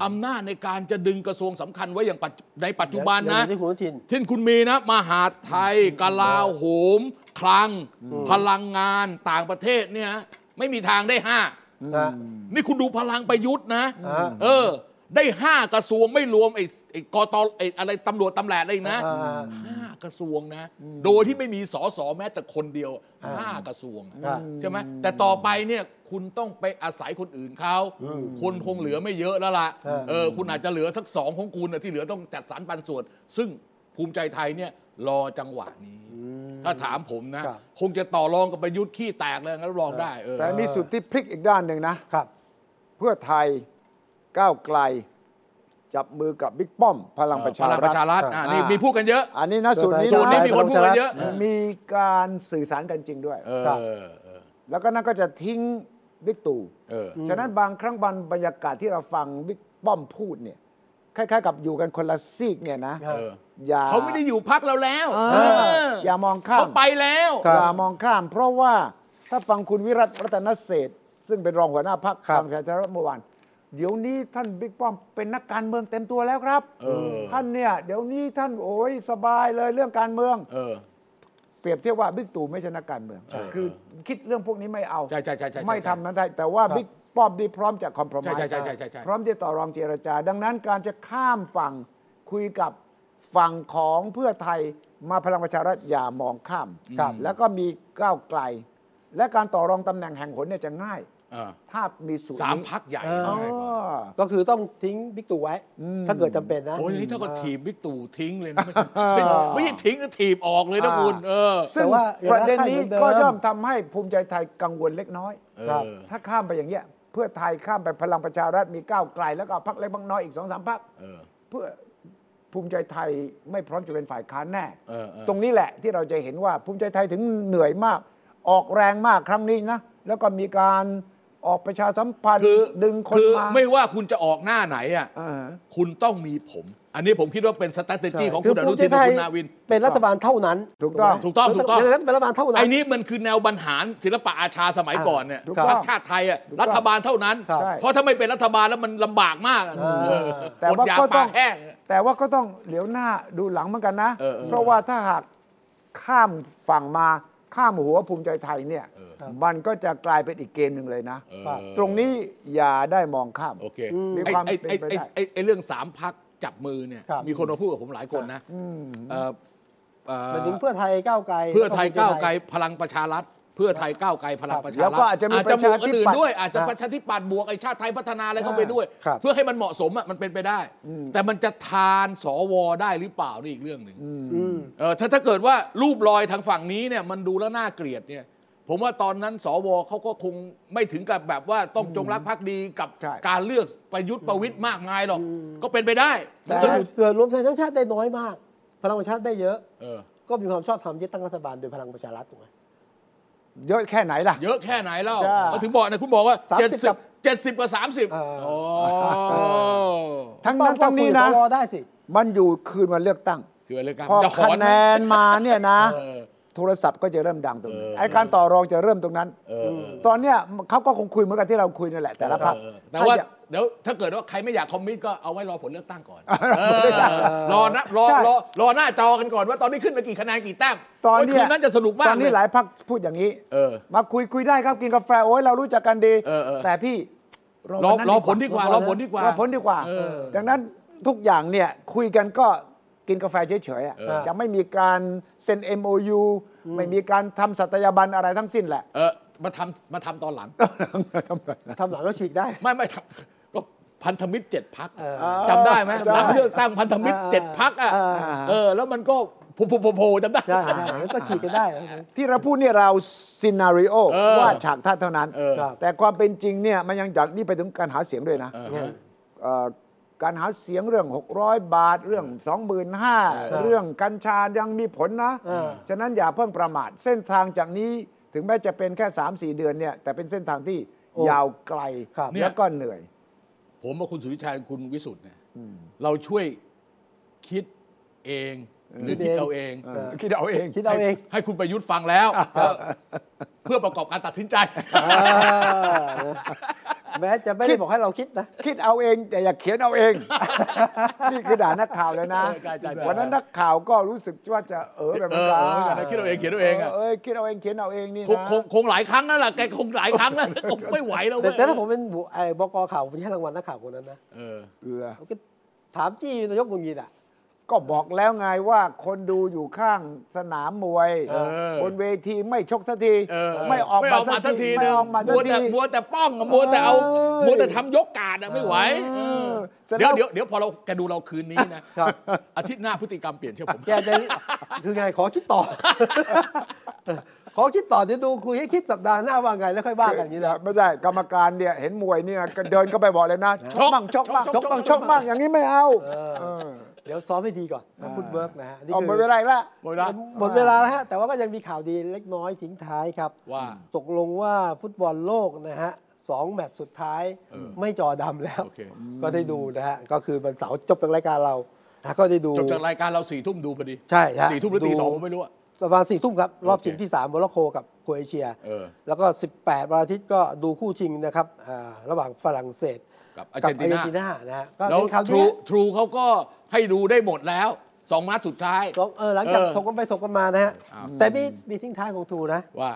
S2: อำนาจในการจะดึงกระทรวงสำคัญไว้อย่างปัจจุในปัจจุบันนะ
S1: อย่างที่คุณอนุทิน
S2: เช่นคุณมีนะ มหาดไทยกลาโหม คลัง พลังงานต่างประเทศเนี่ย ไม่มีทางได้ห้า
S1: นะ
S2: นี่คุณดูพลังประยุทธ์นะ
S1: อ่า
S2: เออ ได้ห้ากระทรวงไม่รวม ไอ้ไอ้กตไอ้อะไรตำรวจตำแหน่งอะไรอีกนะ
S1: อ่า
S2: ห้ากระทรวงนะ โดยที่ไม่มีสอสอแม้แต่คนเดียวห้ากระทรวง
S1: อ่า
S2: ใช่ไหมแต่ต่อไปเนี่ยคุณต้องไปอาศัยคนอื่นเขาคนคงเหลือไม่เยอะแล้วล่ะ
S1: เออ
S2: เออคุณอาจจะเหลือสักสองของคุณน่ะที่เหลือต้องจัดสรรปันส่วน ซึ่งภูมิใจไทยเนี่ยรอจังหวะนี้ ถ้าถามผมนะ
S1: ครับ
S2: คงจะต่อรองกับประยุทธ์ขี้แตกเลยงั้นรองได้เออ
S3: แต่มีสุดที่พลิกอีกด้านหนึ่งนะ
S1: ครับ
S3: เพื่อไทยก้าวไกล จับมือกับบิ๊กป้อม พลังประชา
S2: พ
S3: รั
S2: ลั
S3: ฐ
S2: งประชารัฐอ่ะนี่มีพูดกันเยอะ
S3: อันนี้นะสูตรนี้
S2: สู
S3: นะ
S2: ตรนี้มีคนพูดกันเยอะ
S3: มีการสื่อสารกันจริงด้วย
S2: เออ
S1: ครับ
S2: เออ
S3: แล้วก็นั่นก็จะทิ้งบิ๊กตู่
S2: เออ
S3: ฉะนั้นบางครั้งบางบรรยากาศที่เราฟังบิ๊กป้อมพูดเนี่ยคล้ายๆ กับอยู่กันคนละซีกเนี่ยนะ
S2: เออ
S3: อย่า
S2: เขาไม่ได้อยู่พักเราแล้ว
S3: เอ
S2: เอ
S3: อ
S2: อ
S3: อย่ามองข้า
S2: เขา
S3: ม
S2: ไปแล้ว
S3: อย่ามองข้าม เพราะว่าถ้าฟังคุณวิรัตรัตนเศรษฐ์ซึ่งเป็นรองหัวหน้าพรรคพลังประชารัฐเมื่อวานเดี๋ยวนี้ท่านบิ๊กป้อมเป็นนักการเมืองเต็มตัวแล้วครับ
S2: เออ
S3: ท่านเนี่ยเดี๋ยวนี้ท่านโอ้ยสบายเลยเรื่องการเมือง
S2: เออ
S3: เปรียบเทียบว่าบิ๊กตู่ไม่ใช่นักการเมือง
S2: ใช่
S3: คือคิดเรื่องพวกนี้ไม่เอา
S2: ใช่ใช่ใช่ใช่
S3: ไม่ทำนั้นได้แต่ว่าบิ๊กป้อมนี่พร้อมจะคอมเพลมไพร
S2: ใช่ใช่ใช่ใช่ใช่
S3: พร้อมที่จะต่อรองเจรจา ดังนั้นการจะข้ามฝั่งคุยกับฝั่งของเพื่อไทยมาพลังประชารัฐอย่ามองข้าม
S1: ครับ
S3: แล้วก็มีก้าวไกล และการต่อรองตำแหน่งแห่งหนเนี่ยจะง่าย
S2: เออ
S3: ถ้ามีสูตร
S2: สาม
S3: นี้
S2: พักใหญ่
S1: เออ
S3: อ๋อ
S2: ง่ายกว่า
S1: ก็คือต้องทิ้งบิ๊กตู่ไว้
S3: อืม
S1: ถ้าเกิดจำเป็นนะ
S2: โอ้ยนี่ถ้าก็
S1: อ่
S2: ถีบบิ๊กตู่ทิ้งเลยนะไม่ใช่ไม่ใช่ทิ้งนะถีบออกเลยนะคุณ เออ
S3: ซึ่ง
S1: แต่ว่า
S3: ประเด็นนี้ก็
S1: ยังรักใครเหมือนเดิม
S3: ย่อมทำให้ภูมิใจไทยกังวลเล็กน้อย
S1: ค
S2: เอ
S1: รับ
S2: อ
S3: ถ้าข้ามไปอย่างเงี้ย เพื่อไทยข้ามไปพลังประชารัฐมีก้าวไกลแล้วก็พักเล็กพักน้อยอีกสองสามพัก
S2: เออ
S3: เพื่อภูมิใจไทยไม่พร้อมจะเป็นฝ่ายค้านแน่
S2: เออเออ
S3: ตรงนี้แหละที่เราจะเห็นว่าภูมิใจไทยถึงเหนื่อยมาก ออกแรงมากครั้งนี้นะ แล้วก็มีการออกประชาสัมพันธ์
S2: คือ
S3: ดึงคน
S2: อ
S3: มา
S2: ไม่ว่าคุณจะออกหน้าไหนอ่ะ
S3: เออ
S2: คุณต้องมีผม อันนี้ผมคิดว่าเป็นสต r a t e g y ของคุณอนุ
S1: ภูมิ
S2: ทิน
S1: ใจไทย
S2: และคุณนาวิน
S1: เป็นรัฐบาลเท่านั้น
S3: ถูกต้อง
S1: ไหม
S2: ถูกต้องถูกต้อง
S1: ย่านั้นเป็นรัฐบาลเท่านั้น
S2: ไอ้นี้มันคือแนวบรรหารศิลปะอาชาสมัยก่อนเนี่ย
S3: ถูกต้อง
S2: รัฐชาติไทยอ่ะ
S3: ถูกต้อง
S2: รัฐบาลเท่านั้น
S1: ครับ
S2: เพราะถ้าไม่เป็นรัฐบาลแล้วมันลำบากมากอะ
S1: เออ
S2: เออ
S3: แต่ว่า
S2: อดอยาก
S3: ก็ต้
S2: ปา
S3: อง
S2: กแห้ง
S3: แต่ว่าก็ต้องเหลียวหน้าดูหลังเหมือนกันนะ
S2: เออเออ
S3: เพราะว่าถ้าหากข้ามฝั่งมาข้ามหัวภูมิใจไทยเนี่ย
S2: เออ
S3: มันก็จะกลายเป็นอีกเกมหนึ่งเลยนะ
S2: เออ
S3: ตรงนี้อย่าได้มองข้าม
S2: โอเค
S3: มี
S2: ไอ้
S3: ความ
S2: ไอ้
S3: เป็น
S2: ไอ้
S3: ไป
S2: ไอ้
S3: ได้
S2: ไอ้ไอ้เรื่องสามพักจับมือเนี่ย
S1: ครับ
S2: มีคนมาพูดกับผมหลายคนนะ
S3: อืม
S2: เอ่อเอ่อ
S1: หมายถึงเพื่อไทยก้าวไกล
S2: เพื่อไทยก้าวไกลพลังประชารัฐ เพื่อไทยก้าวไกลพลังประชารัฐ
S3: แล้วก็อาจจะมี
S2: บวก
S3: ประชาธิปัตย์
S2: อื่นๆด้วย อาจจะ
S3: นะ
S2: ประชาธิปัตย์บวกไอ้ชาติไทยพัฒนาอะไรเข้าไปด้วย
S1: ครับ
S2: เพื่อให้มันเหมาะสมอ่ะมันเป็นไปได้ แต่มันจะทานสวได้หรือเปล่านี่อีกเรื่องหนึ่ง
S1: อืม
S2: เออถ้าถ้าเกิดว่ารูปรอยทางฝั่งนี้เนี่ยมันดูแล้วน่าเกลียดเนี่ย ผมว่าตอนนั้นสวเขาก็คงไม่ถึงกับแบบว่าต้องจงรักภักดีกับ
S3: ใช่
S2: การเลือกประยุทธ์ประวิตยมากมายหรอก ก็เป็นไปได้
S1: แต่
S2: มันก็อยู่
S1: เกิดรวมไทยทั้างชาติได้น้อยมาก พลังประชารัฐได้เยอะ
S2: เออ
S1: ก็มีความชอบธรรมยึดตั้งรัฐบาลโดยพลังประชารัฐถูกไหม
S3: เยอะแค่ไหนล่ะ
S2: เยอะแค่ไหนเล่า
S3: จ้า
S2: ก็ถึงบอกนะคุณบอกว่า
S1: 30
S2: 70 70 กับ 30
S1: เออ
S2: โอ้
S3: ทั้งนั้น
S1: ก็
S3: ทั้งนี้
S1: คุย
S3: นะ
S1: กับสวได้สิ
S3: มันอยู่คืนวันเลือกตั้ง
S2: คืออะไรกัน
S3: พอ
S2: จะห
S3: คะ
S2: อนไหม
S3: แนนมาเนี่ยนะ
S2: เออ
S3: โทรศัพท์ก็จะเริ่มดังตรงนั้น
S2: เออ
S3: ไอ้การต่อรองจะเริ่มตรงนั้น
S2: เออ
S3: ตอนเนี้ยเขาก็คงคุยเหมือนกับที่เราคุยนั่นแหละแต่ละพรรค
S2: เออแต่ว่า
S3: ถ้อยก
S2: เดี๋ยวถ้าเกิดว่าใครไม่อยากคอมมิตก็เอาไว้รอผลเลือกตั้งก่อน
S3: รอผลเลือกตั้ง
S2: เออรอนะรอ
S3: ใช่
S2: รอรอหน้าจอกันก่อนว่าตอนนี้ขึ้นมากี่คะแนนกี่แต้ม
S3: ตอน
S2: โย
S3: เนี้
S2: คื
S3: ย
S2: นนั้นจะสนุกมาก
S3: ตอนนี้
S2: เย
S3: หลายพักพูดอย่างนี้
S2: เออ
S3: มาคุยคุยได้ครับกินกาแฟโอ้ยเรารู้จักกันดี
S2: เออเออ
S3: แต่พี่
S2: รอ
S3: วันนั้น
S2: รอผลดีกว่ารอผลดีกว่า
S3: รอผลดีกว่า
S2: เออ
S3: ดังนั้นทุกอย่างเนี่ยคุยกันก็กินกาแฟเฉยๆอะ
S2: เออ
S3: จะไม่มีการเซ็น MOU ไม่มีการทำสัตยาบันอะไรทั้งสิ้นแหละ
S2: เออมาทำมาทำตอนหลัง
S1: ทำหลังแล้วฉีกได้
S2: ไม่ <laughs> ไม่ทำก็พันธมิตรเจ็ดพัก
S1: เออ
S2: จำได้ไหม
S3: จำ
S2: ห
S3: ได้
S2: ลังเลือกตั้งพันธมิตร
S1: เออ
S2: เจ็ดพักอ่ะ
S1: เออ
S2: เออ แล้วมันก็โผล่โผล่โผล่โผล่จำได้
S1: ใช่ใช่แล้วก็ฉีกกันได้
S3: ที่เราพูดเนี่ยเราซีนารีโอ
S2: เออ
S3: ว่าดฉากท่าเท่านั้น
S2: เออ
S1: ครับ
S3: แต่ความเป็นจริงเนี่ยมันยังจากนี่ไปถึงการหาเสียงด้วยนะ
S2: เออ
S3: เอ่อการหาเสียงเรื่อง 600 บาทเรื่อง 25,000 เรื่องกัญชายังมีผลนะ
S1: เออ
S3: ฉะนั้นอย่าเพิ่งประมาท เส้นทางจากนี้ถึงแม้จะเป็นแค่ 3-4 เดือนเนี่ย แต่เป็นเส้นทางที่ยาวไกล
S1: ครับ
S3: แล้วก็เหนื่อย
S2: ผมว่าคุณสุวิชัยคุณวิสุทธ์เนี่ยเราช่วยคิดเองหรือ
S1: คิ
S2: คิ
S1: ดเอ
S2: ด
S1: ง
S2: เอาเอง
S3: คิดเอาเอง
S1: คิดเอาเอง
S2: ให้ให้คุณประยุทธ์ฟังแล้วเพื่อประกอบการตัดสินใจ
S1: เออแม้จะไม่ได้บอกให้เราคิดนะ
S3: คิดเอาเองแต่อย่าเขียนเอาเอง นี่คือด่านักข่าวเลยนะ
S2: ใช่ใช่ใช่
S3: วันนั้นนักข่าวก็รู้สึกว่าจะเออแบบ
S2: เอ
S3: นั้น
S2: อ
S3: นะ
S2: เออคิดเอาเองเขียนเอาเองอะ
S3: เออคิดเอาเองเขียนเอาเองนี่
S2: คง
S3: นะ
S2: คงคงหลายครั้งแล้วล่ะแกคงหลายครั้งแล้วคงไม่ไหวแล้ว
S1: แต่
S2: เว้ย
S1: แต่ถ้าผมเป็นหัวไอ้บกข่าวผมจะให้รางวัลนักข่าวคนนั้นนะ
S2: เออ
S3: เอือ
S1: ผมก็ถามจี้นายกบุญยีนอ่ะ
S3: ก็บอกแล้วไงว่าคนดูอยู่ข้างสนามมวย
S2: เออบ
S3: นเวทีไม่ชกสักที
S2: เออ
S3: ไม่ออก
S2: ไม่
S3: มา
S2: ออก
S3: สั
S2: มาก สัก
S3: ที
S2: ทีห
S3: ไม่
S2: นึง
S3: ออกมาสัก
S2: มัวแต่
S3: ที
S2: มัวแต่ป้องอะมัวแต่เอา
S3: เอ้ย
S2: มัวแต่ทำยกการดอะไม่ไหว
S3: เอ
S2: เออ
S3: อ
S2: เดี๋ยว
S3: เสร็จแล้ว
S2: เดี๋ยวเดี๋ยวพอเราแกดูเราคืนนี้นะครับ อาทิตย์หน้าพฤติกรรมเปลี่ยนเชื่อผม
S1: แกจะ <laughs> คือไงขอคิดต่อ ขอคิดต่อเดี๋ยวดูคุยให้คิดสัปดาห์หน้าว่าไงแล้วค่อยว่ากันอย่างนี้นะ
S3: ไม่ได้กรรมการเนี่ยเห็นมวยเนี่ยก็เดินก็ไปบอกเลยนะชกบ้างชกบ้าง
S2: ชกบ้าง
S3: ชกบ้างอย่างนี้ไม่เอา
S1: อ
S3: เออ
S1: เดี๋ยวซ้อมให้ดีก่อนนะฟุตเวิร์กนะฮะนี่
S3: เอา
S1: คือ
S3: หมดเวลาอีกแล้ว
S2: หมดแล้ว
S1: หมดเวลาแล้วฮะแต่ว่าก็ยังมีข่าวดีเล็กน้อยทิ้งท้ายครับ
S2: ว่า
S1: ตกลงว่าฟุตบอลโลกนะฮะสองแมตช์สุดท้ายไม่จอดำแล้ว
S2: โอเค
S1: ก็ได้ดูนะฮะก็คือวันเสาร์จบจากรายการเราอ่ะก็ได้ดู
S2: จบจากรายการเราสี่ทุ่มดูพอดี
S1: ใช่ฮะ
S2: สี่ทุ่มหรือตีสองผมไม่รู้อะ
S1: ประมาณสี่ทุ่มครับ รอบ
S2: โอเค
S1: ชิงที่สามโมร็อกโกกับโครเอเชีย
S2: เออ
S1: แล้วก็ 18 วันอาทิตย์ก็ดูคู่ชิงนะครับอ่าระหว่างฝรั่งเศส
S2: กับ
S1: อา
S2: อาร์
S1: ร์
S2: เจน
S1: เจ
S2: ตินา
S1: นตินานะฮะก็
S2: แล้ว
S1: เป็นข่าว
S2: ท
S1: ดี
S2: รูทรูเขาก็ให้ดูได้หมดแล้วสองนัดสุดท้าย
S1: สองเออหลังจาก
S2: เออ
S1: ถกกันไปถกกันมานะฮะ
S2: อ้าว
S1: แต่มีมีทิ้งท้ายของทูนะ
S2: ว่า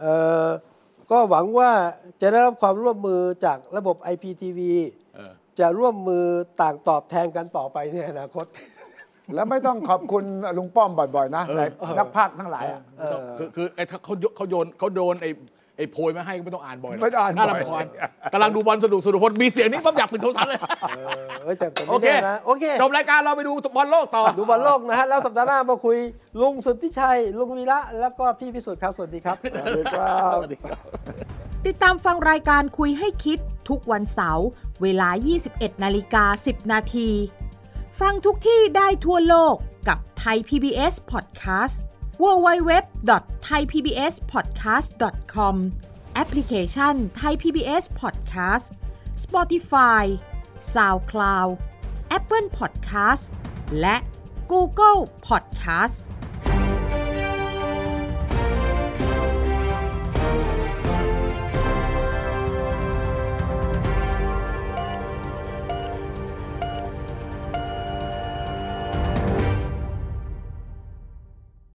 S1: เออก็หวังว่าจะได้รับความร่วมมือจากระบบ IPTV
S2: เออ
S1: จะร่วมมือต่างตอบแทนกันต่อไปในอนาคต
S3: แล้วไม่ต้องขอบคุณลุงป้อมบ่อยๆนะ
S2: เออ
S3: แต่นักพากย์ทั้งหลายอะ
S1: เออ
S2: คือคือไอ้ถ้าเขาโยเขาโยนเขาโดนไอ้ ไอ้โพยมาให้ก็ไม่ต้องอ่านบ่อยหร
S3: ไม่ต้องอ่านบ่
S2: น่า
S3: อย
S2: รำคาญกำลังดูบอลสนุกสนุกคนมีเสียงนี้ผมอยากปิดโทรศัพท์เลย
S1: เออเอ้ยแต่แต่
S2: โอ
S1: ไม่
S2: เค
S1: แน่นะโอเค
S2: จบรายการเราไปดูบอลโลกต่อ
S1: <laughs> ดูบอลโลกนะฮะ แล้วสัปดาห์หน้ามาคุย ลุงสุทธิชัย ลุงวีระ แล้วก็พี่พิสุทธิ์ครับ สวัสดีครับ
S3: สวัสดีครับ
S8: ติดตามฟังรายการคุยให้คิดทุกวันเสาร์เวลา 21 นาฬิกา 10 นาที ฟังทุกที่ได้ทั่วโลกกับไทย PBS Podcast www.thaipbspodcast.com แอปพลิเคชัน Thai PBS Podcast Spotify SoundCloud Apple Podcast และ Google Podcast